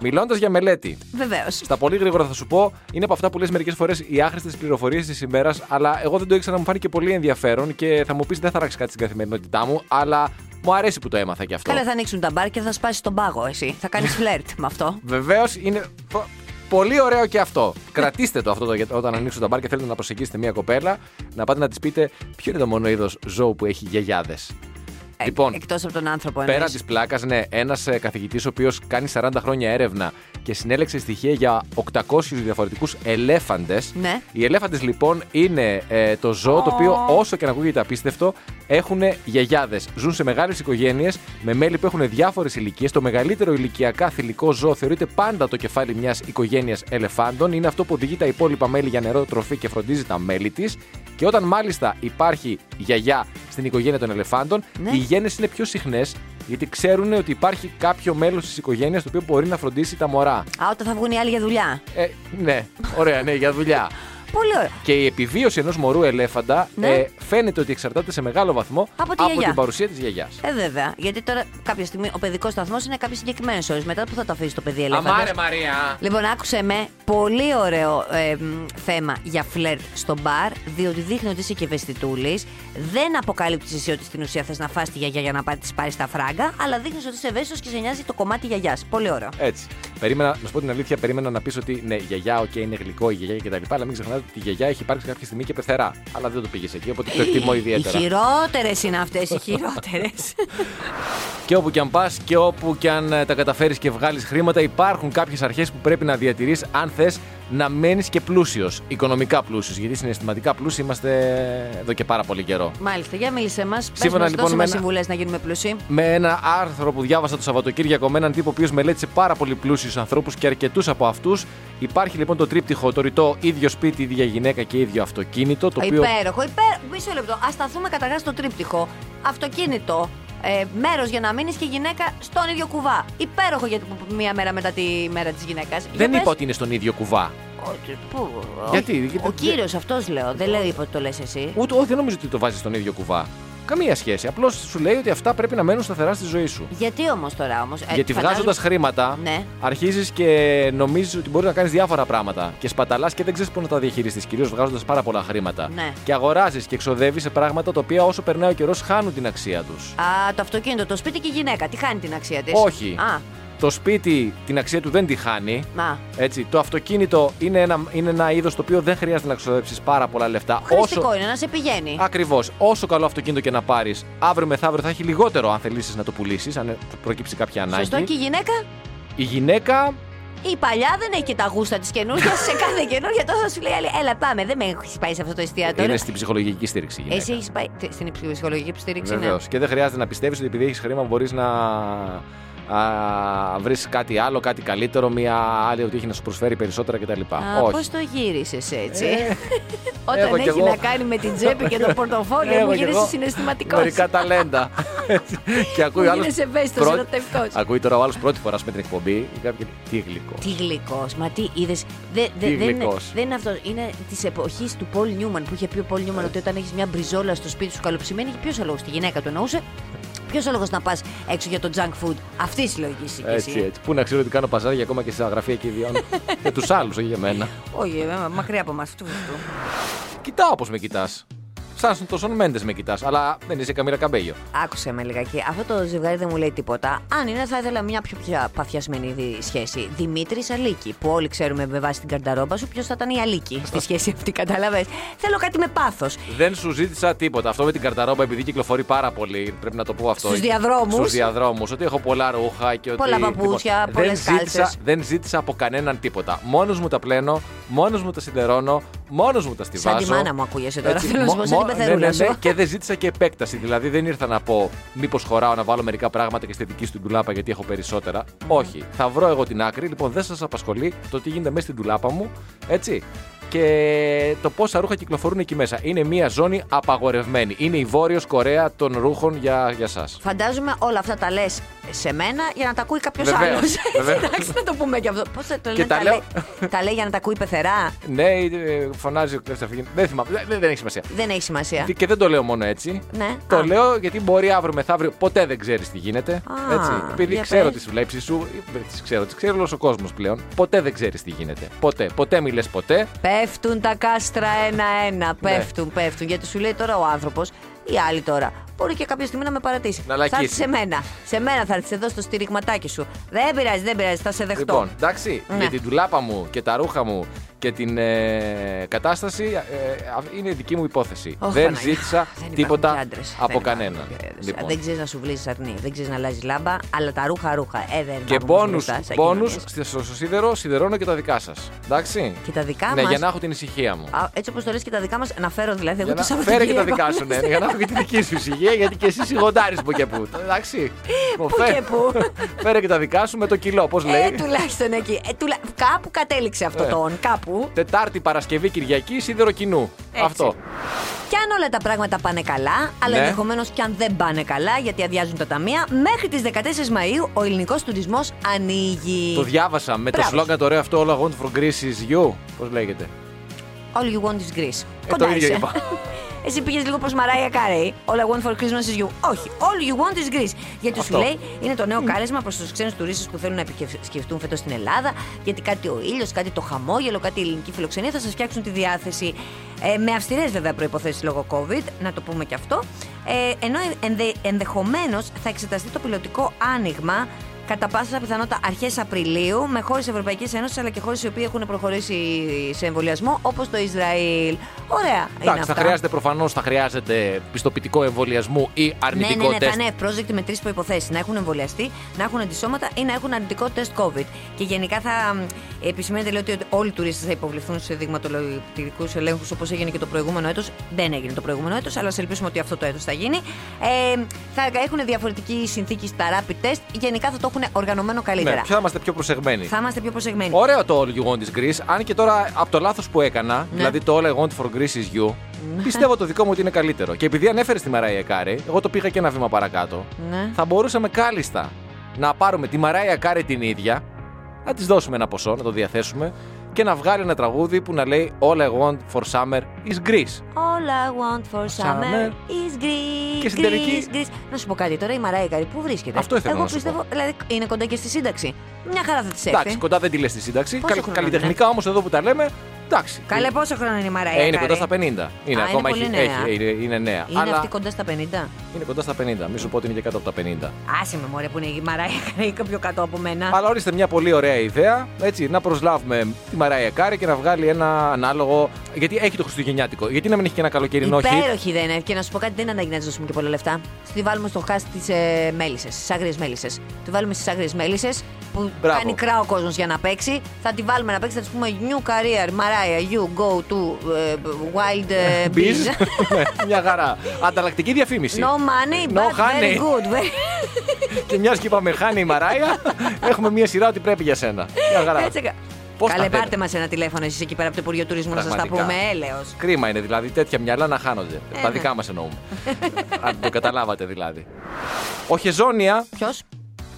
C: Μιλώντας για μελέτη,
D: Βεβαίως.
C: Στα πολύ γρήγορα θα σου πω, είναι από αυτά που λες μερικές φορές οι άχρηστες πληροφορίε της ημέρας, αλλά εγώ δεν το ήξερα, μου φάνηκε πολύ ενδιαφέρον και θα μου πεις δεν θα ράξεις κάτι στην καθημερινότητά μου, αλλά μου αρέσει που το έμαθα κι αυτό.
D: Καλά, θα ανοίξουν τα μπαρ και θα σπάσεις τον πάγο εσύ. Θα κάνεις φλερτ με αυτό.
C: Βεβαίως είναι. πο- Πολύ ωραίο και αυτό. Κρατήστε το αυτό το, για- όταν ανοίξουν τα μπαρ και θέλετε να προσεγγίσετε μια κοπέλα, να πάτε να της πείτε ποιο είναι το μόνο είδος ζώου που έχει γιαγιάδες. Λοιπόν,
D: Εκτός Ε, από τον άνθρωπο
C: Πέρα
D: εννοείς.
C: της πλάκας, ναι, ένας καθηγητής ο οποίος κάνει 40 χρόνια έρευνα και συνέλεξε στοιχεία για 800 διαφορετικούς ελέφαντες.
D: Ναι.
C: Οι ελέφαντες λοιπόν είναι ε, το ζώο το οποίο, όσο και να ακούγεται απίστευτο, έχουν γιαγιάδες. Ζουν σε μεγάλες οικογένειες με μέλη που έχουν διάφορες ηλικίες. Το μεγαλύτερο ηλικιακά θηλυκό ζώο θεωρείται πάντα το κεφάλι μιας οικογένειας ελεφάντων. Είναι αυτό που οδηγεί τα υπόλοιπα μέλη για νερό, τροφή και φροντίζει τα μέλη της. Και όταν μάλιστα υπάρχει γιαγιά στην οικογένεια των ελεφάντων,
D: Ναι.
C: οι γέννε είναι πιο συχνές γιατί ξέρουν ότι υπάρχει κάποιο μέλος της οικογένειας το οποίο μπορεί να φροντίσει τα μωρά.
D: Α, όταν θα βγουν οι άλλοι για δουλειά.
C: Ε, ναι, ωραία, ναι, για δουλειά.
D: Πολύ ωραία.
C: Και η επιβίωση ενός μωρού ελέφαντα
D: Ναι.
C: ε, φαίνεται ότι εξαρτάται σε μεγάλο βαθμό
D: Από τη γιαγιά.
C: την παρουσία της γιαγιάς.
D: Ε, βέβαια. Γιατί τώρα κάποια στιγμή ο παιδικός σταθμός είναι κάποιες συγκεκριμένες ώρες. Μετά που θα το αφήσει το παιδί ελεύθερο.
C: Μαρία!
D: Λοιπόν, άκουσε με. Πολύ ωραίο ε, μ, θέμα για φλερτ στο μπαρ, διότι δείχνει ότι είσαι και ευαισθητούλης. Δεν αποκάλυψε εσύ ότι στην ουσία θες να φας τη γιαγιά για να πάρει πάρεις τα φράγκα, αλλά δείχνεις ότι είσαι ευαίσθητος και σε νοιάζει το κομμάτι γιαγιάς. Πολύ ωραίο.
C: Έτσι. Περίμενα, να σου πω την αλήθεια, περίμενα να πεις ότι ναι, γιαγιά, οκ, είναι γλυκό η γιαγιά και τα λοιπά, αλλά μην ξεχνάτε ότι η γιαγιά έχει υπάρξει κάποια στιγμή και πεθερά. Αλλά δεν το πήγες εκεί, οπότε το εκτιμώ
D: Οι
C: ιδιαίτερα.
D: χειρότερες είναι αυτές, οι χειρότερες.
C: Και όπου και αν πας και όπου και αν ε, τα καταφέρεις και βγάλεις χρήματα, υπάρχουν κάποιες αρχές που πρέπει να διατηρείς αν θες να μένεις και πλούσιος. Οικονομικά πλούσιος. Γιατί συναισθηματικά πλούσιοι είμαστε εδώ και πάρα πολύ καιρό.
D: Μάλιστα, για μίλησε μας.
C: Σύμφωνα,
D: Σύμφωνα
C: λοιπόν,
D: λοιπόν
C: με
D: με
C: ένα-
D: συμβουλές να γίνουμε πλούσιοι.
C: με ένα άρθρο που διάβασα το Σαββατοκύριακο με έναν τύπο ο οποίος μελέτησε πάρα πολύ πλούσιους ανθρώπους και αρκετούς από αυτούς. Υπάρχει λοιπόν το τρίπτυχο, το ρητό, ίδιο σπίτι, ίδια γυναίκα και ίδιο αυτοκίνητο. Το οποίο
D: Υπέροχο, υπέροχο. Μισό λεπτό. Ας σταθούμε καταρχάς στο τρίπτυχο. Αυτοκίνητο. Ε, Μέρος για να μείνεις και γυναίκα στον ίδιο κουβά. Υπέροχο για την- μία μέρα μετά τη μέρα της γυναίκας.
C: δεν είπα ότι είναι στον ίδιο κουβά.
D: Πού,
C: Γιατί,
D: ο-
C: γιατί
D: Ο
C: δεν-
D: κύριος αυτός λέω. Δεν λέω είπα ότι το λες εσύ.
C: Ούτε, όχι, δεν νομίζω ότι το βάζεις στον ίδιο κουβά. Καμία σχέση. Απλώς σου λέει ότι αυτά πρέπει να μένουν σταθερά στη ζωή σου.
D: Γιατί όμως τώρα ε, όμω.
C: Γιατί βγάζοντας χρήματα,
D: Ναι.
C: αρχίζεις και νομίζεις ότι μπορείς να κάνεις διάφορα πράγματα. Και σπαταλάς και δεν ξέρεις πώ να τα διαχειριστείς. Κυρίως βγάζοντας πάρα πολλά χρήματα.
D: Ναι.
C: Και αγοράζεις και εξοδεύεις σε πράγματα τα οποία όσο περνάει ο καιρός χάνουν την αξία τους.
D: Α, το αυτοκίνητο, το σπίτι και η γυναίκα. Τι χάνει την αξία της.
C: Όχι.
D: Α,
C: Το σπίτι την αξία του δεν τη χάνει.
D: μα.
C: Έτσι, το αυτοκίνητο είναι ένα, είναι ένα είδος το οποίο δεν χρειάζεται να ξοδέψεις πάρα πολλά λεφτά.
D: Χρηστικό είναι να σε πηγαίνει.
C: Ακριβώς. Όσο καλό αυτοκίνητο και να πάρεις, αύριο μεθαύριο θα έχει λιγότερο αν θελήσεις να το πουλήσεις, αν ε, προκύψει κάποια ανάγκη.
D: Σωστό και η γυναίκα.
C: Η γυναίκα
D: Η παλιά δεν έχει και τα γούστα της καινούργια. σε κάθε καινούργια τόσο σου λέει άλλη, Έλα, πάμε. Δεν με έχει πάει σε αυτό το εστιατόριο.
C: είναι στην ψυχολογική στήριξη. η Γυναίκα.
D: Εσύ έχεις πάει τε- στην ψυχολογική στήριξη. ναι.
C: Βεβαίως. Και δεν χρειάζεται να πιστεύεις ότι επειδή έχεις χρήμα μπορείς να βρεις κάτι άλλο, κάτι καλύτερο, μια άλλη ότι έχει να σου προσφέρει περισσότερα κτλ.
D: Α,
C: Όχι.
D: Πώς το γύρισες έτσι.
C: Ε,
D: Όταν
C: έχω κι
D: έχει
C: εγώ. Ναι,
D: να κάνει με την τσέπη και το πορτοφόλι
C: Έχω
D: μου,
C: κι εγώ
D: γυρίσει συναισθηματικός.
C: Μερικά ταλέντα. και ακούει
D: Μου
C: ο άλλος
D: γίνεσαι ευαίσθητος,
C: πρώτη-
D: ερωτευτικός.
C: Ακούει τώρα ο άλλος πρώτη φορά με την εκπομπή. ή κάποιο- Τι γλυκός.
D: Τι γλυκός, μα τι είδες. Δε, δε,
C: Τι
D: δεν, είναι-
C: γλυκός.
D: δεν είναι αυτό. Είναι της εποχής του Πολ Νιούμαν που είχε πει ο Πολ Νιούμαν ότι όταν έχεις μια μπριζόλα στο σπίτι σου καλοψημένη, ποιος ο λόγος, τη γυναίκα του εννοούσε. Ποιος ο λόγος να πας έξω για το junk food. Αυτή τη λογική σου.
C: Έτσι, έτσι. Πού να ξέρω ότι κάνω παζάρια ακόμα και στα γραφεία και ιδιών. για τους άλλους, όχι για μένα.
D: Όχι, ε, μακριά από εμάς.
C: Κοιτάω πώ με κοιτάς. Σαν το Σον Μέντες με κοιτάς, αλλά δεν είσαι καμία καμπέλιο.
D: Άκουσε με λιγάκι. Αυτό το ζευγάρι δεν μου λέει τίποτα. Αν είναι, θα ήθελα μια πιο πια- παθιασμένη δι- σχέση. Δημήτρη Αλίκη, που όλοι ξέρουμε με βάση την καρταρόμπα σου ποιος θα ήταν η Αλίκη στη σχέση αυτή, κατάλαβες. Θέλω κάτι με πάθος.
C: Δεν σου ζήτησα τίποτα. Αυτό με την καρταρόμπα, επειδή κυκλοφορεί πάρα πολύ, πρέπει να το πω αυτό.
D: Στους διαδρόμους.
C: Στους διαδρόμους. Ότι έχω πολλά ρούχα και ότι.
D: Πολλά παπούτσια,
C: τίποτα.
D: πολλές
C: δεν ζήτησα,
D: κάλτσες.
C: δεν ζήτησα από κανέναν τίποτα. Μόνος μου τα πλένω, μόνος μου τα σιδερώνω, μόνος μου τα στιβάζω.
D: τη μάνα μου ακούγεσαι Ε, τώρα.
C: Έτσι,
D: Θέλω να σου
C: μο-
D: πω, σαν
C: μο-
D: την
C: ναι,
D: πεθερούλα
C: ναι, ναι,
D: σου.
C: Και δεν ζήτησα και επέκταση. Δηλαδή δεν ήρθα να πω μήπως χωράω να βάλω μερικά πράγματα και στη δική σου την τουλάπα γιατί έχω περισσότερα. Όχι. Θα βρω εγώ την άκρη. Λοιπόν, δεν σας απασχολεί το τι γίνεται μέσα στην τουλάπα μου. Έτσι. Και το πόσα ρούχα κυκλοφορούν εκεί μέσα. Είναι μια ζώνη απαγορευμένη. Είναι η Βόρειος Κορέα των ρούχων για, για εσά.
D: Φαντάζομαι όλα αυτά τα λες σε μένα για να τα ακούει κάποιος
C: Βεβαίως,
D: άλλος.
C: βεβαίως.
D: Εντάξει, να το πούμε και αυτό. Πώς το λένε,
C: τα
D: τα,
C: λέω-
D: λέει, τα λέει για να τα ακούει πεθερά.
C: Ναι, ε, φωνάζει ο κλέφτη Δεν θυμάμαι. Δεν- Δεν, δεν έχει σημασία.
D: Δεν έχει σημασία.
C: Και δεν το λέω μόνο έτσι.
D: Ναι.
C: Το
D: Α.
C: λέω γιατί μπορεί αύριο μεθαύριο ποτέ δεν ξέρεις τι γίνεται.
D: Α,
C: έτσι. Επειδή
D: για
C: ξέρω τι
D: πες.
C: βλέψεις σου, ή δεν τις ξέρω, τις ξέρει όλος ο κόσμος πλέον. Ποτέ δεν ξέρεις τι γίνεται. Ποτέ. Ποτέ μιλέ ποτέ.
D: Πέφτουν τα κάστρα
C: Ναι.
D: ένα-ένα. Πέφτουν, πέφτουν. Γιατί σου λέει τώρα ο άνθρωπος ή άλλοι τώρα. Μπορεί και κάποια στιγμή να με παρατήσει.
C: Να
D: θα έρθεις
C: λακίσει.
D: σε μένα. Σε μένα θα έρθεις εδώ στο στηριγματάκι σου. Δεν πειράζει, δεν πειράζει, θα σε δεχτώ.
C: Λοιπόν, εντάξει,
D: Ναι.
C: για την τουλάπα μου και τα ρούχα μου και την ε, κατάσταση ε, α- είναι δική μου υπόθεση.
D: Ωχ,
C: δεν
D: Παναγία.
C: ζήτησα
D: Δεν
C: τίποτα
D: υπάρχουν και άντρες.
C: από
D: Δεν
C: κανέναν.
D: υπάρχουν και άντρες.
C: Λοιπόν.
D: Δεν ξέρεις να σου βλύσεις αρνή, δεν ξέρεις να αλλάζεις λάμπα, αλλά τα ρούχα ρούχα. Ε, δεν
C: Και
D: υπάρχουν
C: πόνου
D: μπροστά σε κοινωνίες.
C: στο σίδερο, σιδερώνω και τα δικά σας. Εντάξει.
D: Και τα δικά
C: Ναι,
D: μας-
C: για να έχω την ησυχία μου.
D: Α, έτσι όπως το λες και τα δικά μας, να φέρω δηλαδή. Εγώ
C: Για
D: το
C: να φέρε και τα δικά σου, ναι.
D: Σαββατοκύριακο.
C: Για να έχω και τη δική σου ησυχία, γιατί και εσύ σιγοντάρει που και που. Εντάξει. Μου
D: Πού
C: φέρε-
D: και πού.
C: Φέρε και τα δικά σου με το κιλό, πώς
D: Ε,
C: λέει.
D: τουλάχιστον εκεί. Ε, τουλα... Κάπου κατέληξε αυτό
C: Ε.
D: το όν, κάπου.
C: Τετάρτη, Παρασκευή, Κυριακή, σίδερο κοινού.
D: Έτσι.
C: Αυτό.
D: Και αν όλα τα πράγματα πάνε καλά, αλλά
C: Ναι.
D: ενδεχομένως και αν δεν πάνε καλά, γιατί αδειάζουν τα ταμεία, μέχρι τις 14 Μαου ο ελληνικός τουρισμός ανοίγει.
C: Το διάβασα με το
D: Μπράβο.
C: σλόγγαν το ωραίο αυτό All I want from Greece is you. Πώς λέγεται.
D: All you want is Greece.
C: Ε,
D: Κοντά
C: το ίδιο
D: είσαι.
C: είπα.
D: Εσύ πήγες λίγο προς Μαράια Κάρεϊ. All I want for Christmas is you. Όχι. All you want is Greece. Γιατί
C: Αυτό.
D: σου λέει είναι το νέο κάλεσμα προς τους ξένους τουρίστες που θέλουν να επισκεφτούν φέτο στην Ελλάδα. Γιατί κάτι ο ήλιος, κάτι το χαμόγελο, κάτι η ελληνική φιλοξενία θα σας φτιάξουν τη διάθεση. Ε, με αυστηρές βέβαια προποθέσει λόγω COVID, να το πούμε και αυτό. Ε, ενώ ενδε, ενδεχομένως θα εξεταστεί το πιλωτικό άνοιγμα κατά πάσα πιθανότητα αρχές Απριλίου με χώρες Ευρωπαϊκής Ένωσης αλλά και χώρες οι οποίοι έχουν προχωρήσει σε εμβολιασμό όπως το Ισραήλ. Ωραία. είναι
C: Εντάξει, θα
D: αυτά.
C: χρειάζεται προφανώς θα χρειάζεται πιστοποιητικό εμβολιασμού ή
D: Ναι, ναι,
C: αρνητικό
D: ναι, θα
C: τεστ.
D: είναι project με τρεις προποθέσει. Να έχουν εμβολιαστεί, να έχουν αντισώματα ή να έχουν αρνητικό τεστ COVID. Και γενικά θα μ, επισημαίνεται λέει, ότι όλοι οι τουρίστες θα υποβληθούν σε δειγματολογικούς ελέγχους όπως έγινε και το προηγούμενο έτος. Δεν έγινε το προηγούμενο έτος, αλλά σε ελπίσουμε ότι αυτό το έτος θα γίνει. Ε, θα έχουν διαφορετική συνθήκη στα rapid test. Γενικά θα το έχουν οργανωμένο
C: Ναι,
D: καλύτερα.
C: ποιο θα είμαστε πιο προσεγμένοι.
D: Θα είμαστε πιο προσεγμένοι.
C: Ωραίο το All You Want is Greece. Αν και τώρα από το λάθος που έκανα,
D: Ναι.
C: δηλαδή το All I Want for Greece is You, πιστεύω το δικό μου ότι είναι καλύτερο. Και επειδή ανέφερες τη Μαράια Κάρη, εγώ το πήγα και ένα βήμα παρακάτω.
D: Ναι.
C: Θα μπορούσαμε κάλλιστα να πάρουμε τη Μαράια Κάρη την ίδια, να της δώσουμε ένα ποσό, να το διαθέσουμε και να βγάλει ένα τραγούδι που να λέει All I Want for Summer is Greece.
D: All I want for summer,
C: Summer.
D: is Greece.
C: Και στην τελική-
D: Greece, Greece. Να σου πω κάτι τώρα, η Μαράια Γκάρι πού βρίσκεται.
C: Αυτό ήθελα
D: Εγώ
C: να σου
D: πιστεύω, δηλαδή είναι κοντά και στη σύνταξη. Μια χαρά θα της
C: Εντάξει,
D: έρθει.
C: κοντά δεν τη λες τη σύνταξη.
D: Πόσο
C: Καλ-
D: χρόνο
C: καλλιτεχνικά όμως εδώ που τα λέμε, εντάξει.
D: Καλέ, πόσο χρόνο είναι η Μαράια
C: Ε, είναι
D: Γκάρι?
C: κοντά στα 50. Είναι
D: είναι
C: ακόμα
D: πολύ
C: έχει-
D: νέα.
C: έχει- είναι, είναι νέα.
D: Είναι
C: Αλλά
D: αυτή κοντά στα 50.
C: είναι κοντά στα 50. Μη σου πω ότι είναι και κάτω από τα 50.
D: Άσε με μωρέ που είναι η Μαράια Γκάρι πιο κάτω από μένα.
C: Αλλά ορίστε μια πολύ ωραία ιδέα, έτσι, να προσλάβουμε τη Μαράια Κάρη και να βγάλει ένα ανάλογο. Γιατί έχει το Χριστουγεννιάτικο. Γιατί να μην έχει και ένα καλοκαιρινό hit.
D: Υπέροχη δεν είναι. Και να σου πω κάτι, δεν ανάγκη να τη δώσουμε και πολλά λεφτά. Στη βάλουμε στο χάσι τη ε, μέλισσες, στι άγριες μέλισσες. Τη βάλουμε στις άγριες μέλισσες που
C: Μπράβο.
D: κάνει κρά ο κόσμος για να παίξει. Θα τη βάλουμε να παίξει, θα της πούμε New career, Mariah, you go to ε, wild ε,
C: Μπιζ.
D: bees.
C: Ναι, μια χαρά. Ανταλλακτική διαφήμιση.
D: No money,
C: No
D: but very
C: honey.
D: good. very-
C: και μιας και είπαμε χάνει η Μαράια, έχουμε μια σιγά ότι πρέπει για σένα. Μια χαρά.
D: Έτσι, κα-
C: Πώς τα
D: Καλέ,
C: παίρνει.
D: πάρτε μας ένα τηλέφωνο εσείς εκεί πέρα από το Υπουργείο Τουρισμού να σας τα
C: Πραγματικά.
D: πούμε, έλεος.
C: Κρίμα είναι δηλαδή τέτοια μυαλά να χάνονται.
D: Ε,
C: τα
D: ναι.
C: δικά μας εννοούμε. Αν το καταλάβατε δηλαδή. Οχεζόνια
D: Ποιο?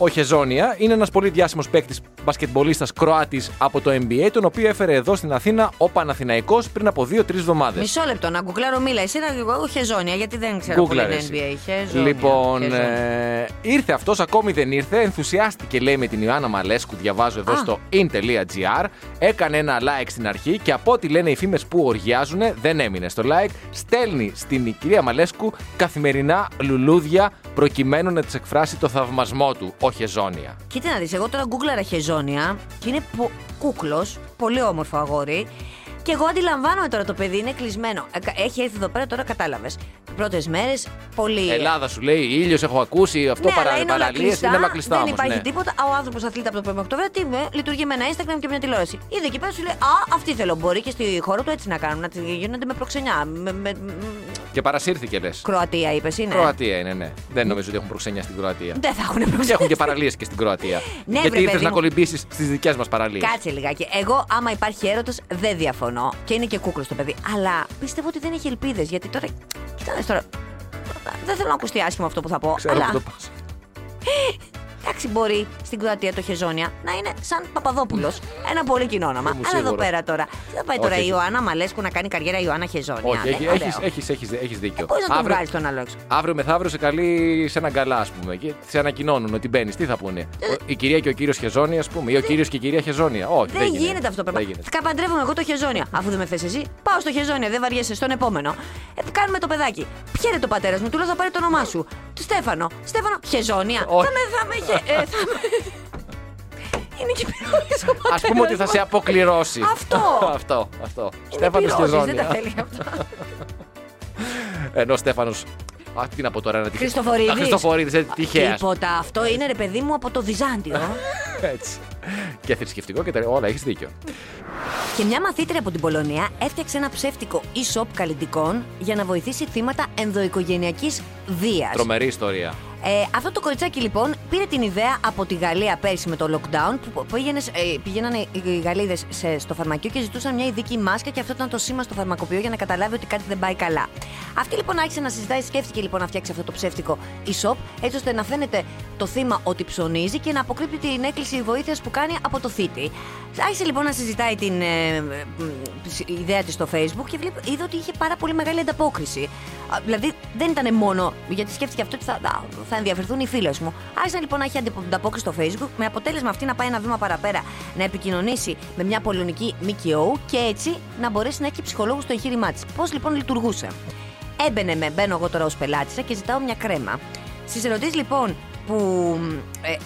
C: ο Χεζόνια είναι ένας πολύ διάσημος παίκτης μπασκετμπολίστας Κροάτης από το NBA, τον οποίο έφερε εδώ στην Αθήνα ο Παναθηναϊκός πριν από 2-3 εβδομάδες.
D: Μισό λεπτό, να γκουκλάρω μίλα. Εσύ να εγώ χεζόνια, γιατί δεν ξέρω πολύ
C: Γκούγκλαρε
D: την
C: εσύ.
D: NBA. Χεζόνια,
C: λοιπόν,
D: χεζόνια.
C: ε, ήρθε αυτός, ακόμη δεν ήρθε. Ενθουσιάστηκε, λέει, με την Ιωάννα Μαλέσκου. Διαβάζω εδώ
D: Α.
C: στο in.gr. Έκανε ένα like στην αρχή και από ό,τι λένε οι φήμες που οριάζουν, δεν έμεινε στο like. Στέλνει στην κυρία Μαλέσκου καθημερινά λουλούδια προκειμένου να της εκφράσει το θαυμασμό του, ο Χεζόνια.
D: Κοίτα να δεις, εγώ τώρα γκούγκλαρα χεζόνια και είναι πο- κούκλος, πολύ όμορφο αγόρι. Και εγώ αντιλαμβάνομαι τώρα το παιδί είναι κλεισμένο. Ε, κα- Έχει έρθει εδώ πέρα, τώρα κατάλαβες. Πρώτες μέρες, πολύ.
C: Ελλάδα σου λέει, ήλιος έχω ακούσει, αυτό
D: ναι,
C: παρα,
D: αλλά είναι όλα
C: παραλίες,
D: κλειστά,
C: είναι όλα κλειστά
D: δεν
C: όμως,
D: υπάρχει
C: ναι.
D: τίποτα. Α, Ο άνθρωπος αθλείται από το πρωί μέχρι το βράδυ, τι με, λειτουργεί με ένα Instagram και μια τηλεόραση. Είδε εκεί πέρα, σου λέει Α, αυτή θέλω. Μπορεί και στη χώρα του έτσι να κάνουν, να τη- γίνονται με προξενιά. Με, με- μ,
C: Και παρασύρθηκε λες.
D: Κροατία, είπες, είναι.
C: Κροατία είναι, ναι. Δεν νομίζω ότι έχουν προξενιά στην Κροατία.
D: Δεν θα έχουν
C: Και
D: προξενιά.
C: έχουν και παραλίες και στην Κροατία.
D: Ναι, βρε,
C: Γιατί ήρθες
D: παιδί
C: να
D: μου.
C: κολυμπήσεις στις δικές μας παραλίες.
D: Κάτσε λιγάκι. Εγώ, άμα υπάρχει έρωτα, δεν διαφωνώ. Και είναι και κούκλος το παιδί. Αλλά πιστεύω ότι δεν έχει ελπίδες. Γιατί τώρα. Κοιτάξτε τώρα. Δεν θέλω να ακουστεί άσχημα αυτό που θα πω.
C: Ξέρω
D: αλλά
C: που το πας.
D: εντάξει, μπορεί στην Κροατία το χεζόνια να είναι σαν Παπαδόπουλος. Ένα πολύ κοινό όνομα.
C: Ήμουν
D: Αλλά εδώ
C: σίγουρος.
D: πέρα τώρα. Τι θα πάει
C: Όχι,
D: τώρα η
C: έχει-
D: Ιωάννα Μαλέσκου να κάνει καριέρα Ιωάννα Χεζόνια. Ε,
C: Όχι, έχεις, έχεις, έχεις, έχεις, έχεις δίκιο.
D: Πώ Ε, να τον βγάλεις τον άλλο έξω.
C: αύριο μεθαύριο σε καλεί σε έναν καλά, ας πούμε. Και σε ανακοινώνουν ότι μπαίνεις. Τι θα πούνε.
D: Ε,
C: Ο- η κυρία και ο κύριος Χεζόνια, ας πούμε. Ή ο κύριος και η κυρία Χεζόνια. Όχι,
D: Δεν, γίνεται. αυτό το
C: Δεν
D: πράγμα.
C: γίνεται.
D: Καπαντρεύομαι εγώ το χεζόνια. Αφού δεν με θες εσύ, πάω στο χεζόνια, δεν βαριέσαι, στον επόμενο. Ε, κάνουμε το παιδάκι. Ποια είναι το πατέρας μου, του λέω θα πάρει το όνομά σου. Του Στέφανο. Στέφανο, χεζόνια.
C: Όχι.
D: Θα με. Θα με, χε- ε, θα με... είναι και πυρόλης ο
C: Ας πούμε ότι θα
D: πατέρας
C: σε
D: μου.
C: αποκληρώσει.
D: Αυτό.
C: αυτό. αυτό.
D: Είναι
C: Στέφανος
D: πυρόλης, Δεν τα
C: Χεζόνια.
D: θέλει αυτά.
C: Ενώ Στέφανος. Α, τι να πω τώρα, ένα τυχαίο.
D: Χριστοφορίδης. Λοιπόν.
C: Α, Χριστοφορίδης, ε, έτσι, τυχαία. ας πούμε.
D: Τίποτα. Αυτό είναι ρε παιδί μου από το Βυζάντιο.
C: Έτσι. Και θρησκευτικό και τα όλα, έχεις δίκιο.
D: και μια μαθήτρια από την Πολωνία έφτιαξε ένα ψεύτικο e-shop καλλιτικών για να βοηθήσει θύματα ενδοοικογενειακής βίας.
C: Τρομερή ιστορία.
D: Ε, αυτό το κοριτσάκι λοιπόν πήρε την ιδέα από τη Γαλλία πέρσι με το lockdown που πήγαινε, σ- ε, πηγαίνανε οι Γαλλίδε στο φαρμακείο και ζητούσαν μια ειδική μάσκα και αυτό ήταν το σήμα στο φαρμακοποιό για να καταλάβει ότι κάτι δεν πάει καλά. Αυτή λοιπόν άρχισε να συζητάει, σκέφτηκε λοιπόν να φτιάξει αυτό το ψεύτικο e-shop έτσι ώστε να φαίνεται το θύμα ότι ψωνίζει και να αποκρύπτει την έκκληση βοήθειας που κάνει από το θήτη. Άρχισε λοιπόν να συζητάει την ε, ε, μ, ιδέα της στο Facebook και βλέπω, είδε ότι είχε πάρα πολύ μεγάλη ανταπόκριση. Α, Δηλαδή δεν ήταν μόνο γιατί σκέφτηκε αυτό ότι θα, α, θα ενδιαφερθούν οι φίλες μου. Άρχισε λοιπόν να έχει αντιπο- ανταπόκριση στο Facebook με αποτέλεσμα αυτή να πάει ένα βήμα παραπέρα να επικοινωνήσει με μια πολωνική ΜΚΟ και έτσι να μπορέσει να έχει ψυχολόγο στο εγχείρημά της. Πώς λοιπόν λειτουργούσε. Έμπαινε με, μπαίνω εγώ τώρα ως πελάτησα και ζητάω μια κρέμα. Στις ερωτήσεις λοιπόν που ε,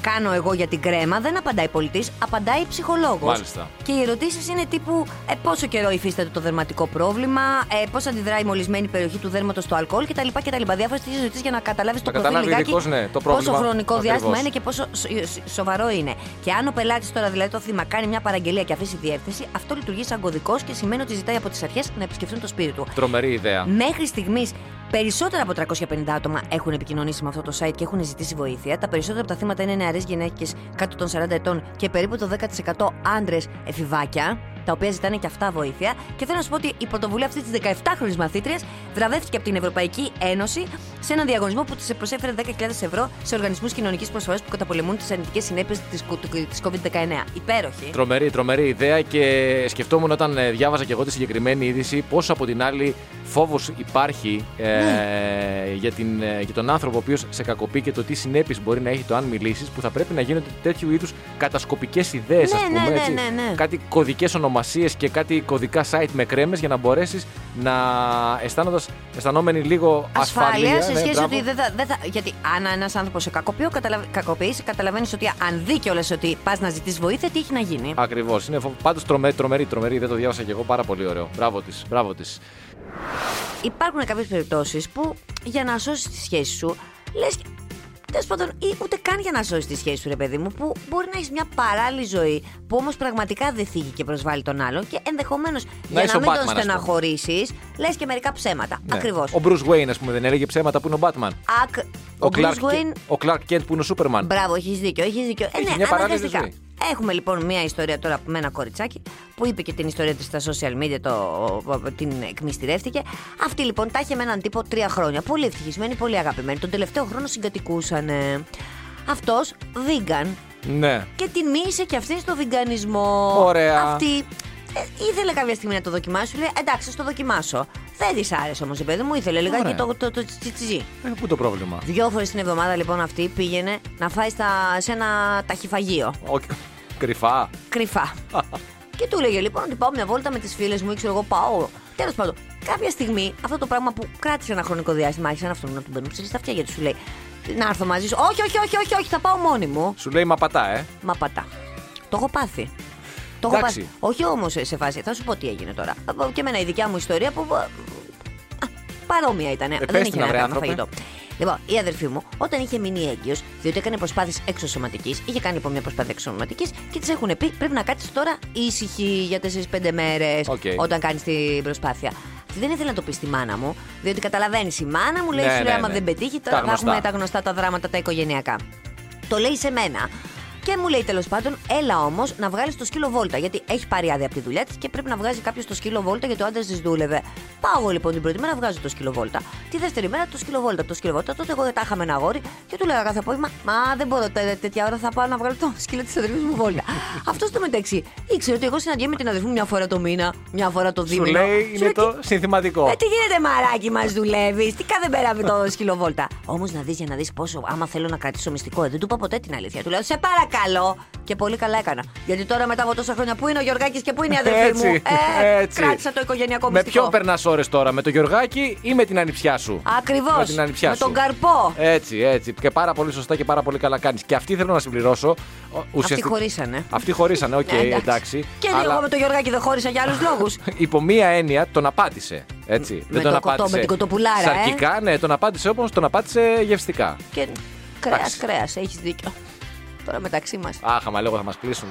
D: κάνω εγώ για την κρέμα, δεν απαντάει πολιτής, απαντάει ψυχολόγος.
C: Μάλιστα.
D: Και οι ερωτήσεις είναι τύπου ε, πόσο καιρό υφίσταται το δερματικό πρόβλημα, ε, πώς αντιδράει η μολυσμένη περιοχή του δέρματος στο αλκοόλ κτλ. κτλ. Διάφορες τέτοιε ερωτήσει για να καταλάβεις το προφίλ
C: καταλάβει
D: λιγάκι.
C: ειδικός, ναι, το
D: πόσο
C: πρόβλημα.
D: χρονικό διάστημα
C: Ακριβώς.
D: είναι και πόσο σο- σο- σοβαρό είναι. Και αν ο πελάτης τώρα, δηλαδή το θύμα, κάνει μια παραγγελία και αφήσει διεύθυνση, αυτό λειτουργεί σαν κωδικός και σημαίνει ότι ζητάει από τις αρχές να επισκεφτούν το σπίτι του.
C: Τρομερή ιδέα.
D: Μέχρι στιγμής, περισσότερα από 350 άτομα έχουν επικοινωνήσει με αυτό το site και έχουν ζητήσει βοήθεια. Τα περισσότερα από τα θύματα είναι νεαρές γυναίκες κάτω των 40 ετών και περίπου το 10% άντρες εφηβάκια, τα οποία ζητάνε και αυτά βοήθεια. Και θέλω να σου πω ότι η πρωτοβουλία αυτής της 17χρονη μαθήτριας βραβεύτηκε από την Ευρωπαϊκή Ένωση σε έναν διαγωνισμό που της προσέφερε 10.000 ευρώ σε οργανισμούς κοινωνικής προσφοράς που καταπολεμούν τις αρνητικές συνέπειες της COVID-19. Υπέροχη.
C: Τρομερή, τρομερή ιδέα και σκεφτόμουν όταν ε, διάβαζα και εγώ τη συγκεκριμένη είδηση πόσο από την άλλη φόβος υπάρχει ε,
D: Ναι.
C: για, την, ε, για τον άνθρωπο ο οποίος σε κακοποιεί και το τι συνέπειες μπορεί να έχει το αν μιλήσεις που θα πρέπει να γίνονται τέτοιου είδους κατασκοπικές ιδέες,
D: Ναι,
C: ας πούμε.
D: ναι, ναι,
C: έτσι.
D: ναι, ναι.
C: Κάτι κωδικές ονομασίες και κάτι κωδικά site με κρέμες για να μπορέσεις να αισθάνοντας, αισθανόμενοι λίγο ασφαλεία.
D: ασφάλεια σε
C: ναι,
D: σχέση
C: μπράβο.
D: ότι δεν θα, δεν θα. Γιατί αν ένας άνθρωπος σε κακοποιεί, καταλαβα- κακοποιήσει, καταλαβαίνεις ότι αν δει κιόλας ότι πας να ζητήσει βοήθεια, τι έχει να γίνει.
C: Ακριβώς. Είναι φο... πάντως τρομερή, τρομερή, τρομερή. Δεν το διάβασα και εγώ πάρα πολύ ωραίο. Μπράβο της. Μπράβο της.
D: Υπάρχουν κάποιες περιπτώσεις που για να σώσεις τη σχέση σου, λες. Τέλος πάντων, ή ούτε καν για να σώσεις τη σχέση σου, ρε παιδί μου, που μπορεί να έχεις μια παράλληλη ζωή που όμως πραγματικά δεν θίγει και προσβάλλει τον άλλον και ενδεχομένως για
C: είσαι
D: να
C: ο
D: μην
C: Batman, ας
D: τον
C: πούμε.
D: στεναχωρήσεις, λες και μερικά ψέματα.
C: Ναι.
D: Ακριβώς.
C: Ο Bruce Wayne, ας πούμε, δεν έλεγε ψέματα που είναι ο Batman.
D: Ακ. Ο,
C: Clark,
D: Bruce Wayne
C: Ke- ο Clark Kent που είναι ο Superman.
D: Μπράβο, έχεις δίκιο, έχεις δίκιο. Ε,
C: Έχει
D: ναι,
C: μια παράλληλη
D: αναγκαστικά.
C: ζωή.
D: Έχουμε λοιπόν μια ιστορία τώρα με ένα κοριτσάκι που είπε και την ιστορία της στα social media, το, την εκμυστηρεύτηκε. Αυτή λοιπόν τα είχε με έναν τύπο τρία χρόνια. Πολύ ευτυχισμένη, πολύ αγαπημένη. Τον τελευταίο χρόνο συγκατοικούσαν. Αυτός vegan.
C: Ναι.
D: Και τιμήσε και αυτή στο βιγκανισμό.
C: Ωραία.
D: Αυτή ε, ήθελε κάποια στιγμή να το δοκιμάσει. Λέει εντάξει, θα το δοκιμάσω. Δεν της άρεσε όμως η παιδί μου, ήθελε λιγάκι
C: Ωραία.
D: το, το, το τσιτζί.
C: Ε, πού το πρόβλημα.
D: Δυο φορές την εβδομάδα λοιπόν αυτή πήγαινε να φάει στα, σε ένα ταχυφαγείο.
C: Ο- Κρυφά.
D: Κρυφά. και του έλεγε λοιπόν ότι πάω μια βόλτα με τις φίλες μου, ή ξέρω εγώ πάω. Τέλος πάντων, κάποια στιγμή αυτό το πράγμα που κράτησε ένα χρονικό διάστημα, άρχισε να φτωμένο να του μπαίνουν ψυχή στα αυτιά γιατί σου λέει Να έρθω μαζί σου. Όχι, όχι, όχι, όχι, όχι θα πάω μόνη μου.
C: Σου λέει μα πατά, ε.
D: Μα πατά. Το έχω πάθει. Το έχω
C: Εντάξει.
D: πάθει. Όχι όμως σε φάση. Θα σου πω τι έγινε τώρα. Από- Και εμένα η δικιά μου ιστορία που. α, παρόμοια ήταν.
C: πες
D: Δεν
C: την,
D: είχε να
C: βρε,
D: κάνει με
C: άνθρωπε.
D: φαγητό. Λοιπόν, η αδερφή μου, όταν είχε μείνει έγκυος, διότι έκανε προσπάθειες εξωσωματικής, είχε κάνει λοιπόν μια προσπάθεια εξωσωματικής και της έχουν πει πρέπει να κάτσεις τώρα ήσυχη για 4-5 μέρες
C: Οκ.
D: όταν κάνεις την προσπάθεια. Αυτή δεν ήθελε να το πεις στη μάνα μου, διότι καταλαβαίνεις η μάνα μου, λέει
C: Ναι,
D: σου λέει,
C: ναι,
D: άμα
C: ναι.
D: δεν πετύχει,
C: Τα
D: τώρα θα
C: γνωστά.
D: έχουμε τα γνωστά τα δράματα τα οικογενειακά. Το λέει σε μένα. Και μου λέει τέλος πάντων, έλα όμως να βγάλεις το σκύλο βόλτα. Γιατί έχει πάρει άδεια από τη δουλειά της και πρέπει να βγάζει κάποιος το σκύλο βόλτα γιατί ο άντρας της δούλευε. Πάω εγώ, λοιπόν την πρώτη μέρα, βγάζω το σκύλο βόλτα. Τη δεύτερη μέρα το σκύλο βόλτα. Το σκύλο βόλτα. Τότε εγώ τα είχαμε ένα αγόρι και του λέγα κάθε απόγευμα, Μα δεν μπορώ τέ- τέτοια ώρα θα πάω να βγάλω το σκύλο της αδερφής μου βόλτα. Αυτό στο μεταξύ ήξερε ότι εγώ συναντιέμαι την αδερφή μου μια φορά το μήνα, μια φορά το
C: Σου
D: δίμηνο.
C: λέει
D: Σου λέω,
C: είναι το συνθηματικό.
D: ε, τι γίνεται, μαράκι μας δουλεύεις. Τι κάθε πέρα με το σκυλοβόλτα. Όμως να δεις για να δεις πόσο. Άμα θέλω να κρατήσω μυστικό, ε, δεν του είπα ποτέ την αλήθεια. Του λέω Σε παρακαλώ. Και πολύ καλά έκανα. Γιατί τώρα μετά από τόσα χρόνια που είναι ο Γιωργάκης και που είναι η αδερφή
C: Έτσι,
D: μου. Ε,
C: έτσι.
D: Κράτησα το οικογενειακό
C: Με
D: μυστικό.
C: ποιον περνάς ώρες τώρα, με τον Γιωργάκη ή με την ανιψιά σου.
D: Ακριβώς.
C: Με την ανιψιά σου.
D: τον καρπό.
C: Έτσι, έτσι. Και πάρα πολύ σωστά και πάρα πολύ καλά κάνεις. Και αυτή θέλω να συμπληρώσω. ο- ουσιαστικ-
D: χωρίσανε.
C: Αυτοί χωρίσανε, οκ,
D: Ναι,
C: εντάξει.
D: Και λίγο εγώ με τον Γιωργάκη δεν χώρισα για άλλους λόγους.
C: Υπό μία έννοια τον απάτησε. Έτσι.
D: με
C: τον
D: το κοτό, με την κοτοπουλάρα, ε.
C: Σαρκικά, ναι, τον απάτησε όπως τον απάτησε γευστικά.
D: και κρέα,
C: Εντάξει.
D: κρέας, έχεις δίκιο. Τώρα μεταξύ μας.
C: Άχαμα, λέγω θα μας κλείσουν.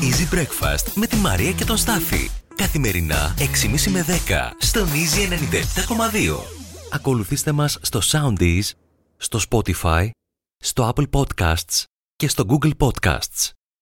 B: Easy Breakfast με τη Μαρία και τον Στάφη. Καθημερινά 6.30 με 10 στον Easy 97.2. Ακολουθήστε μας στο Soundees, στο Spotify, στο Apple Podcasts και στο Google Podcasts.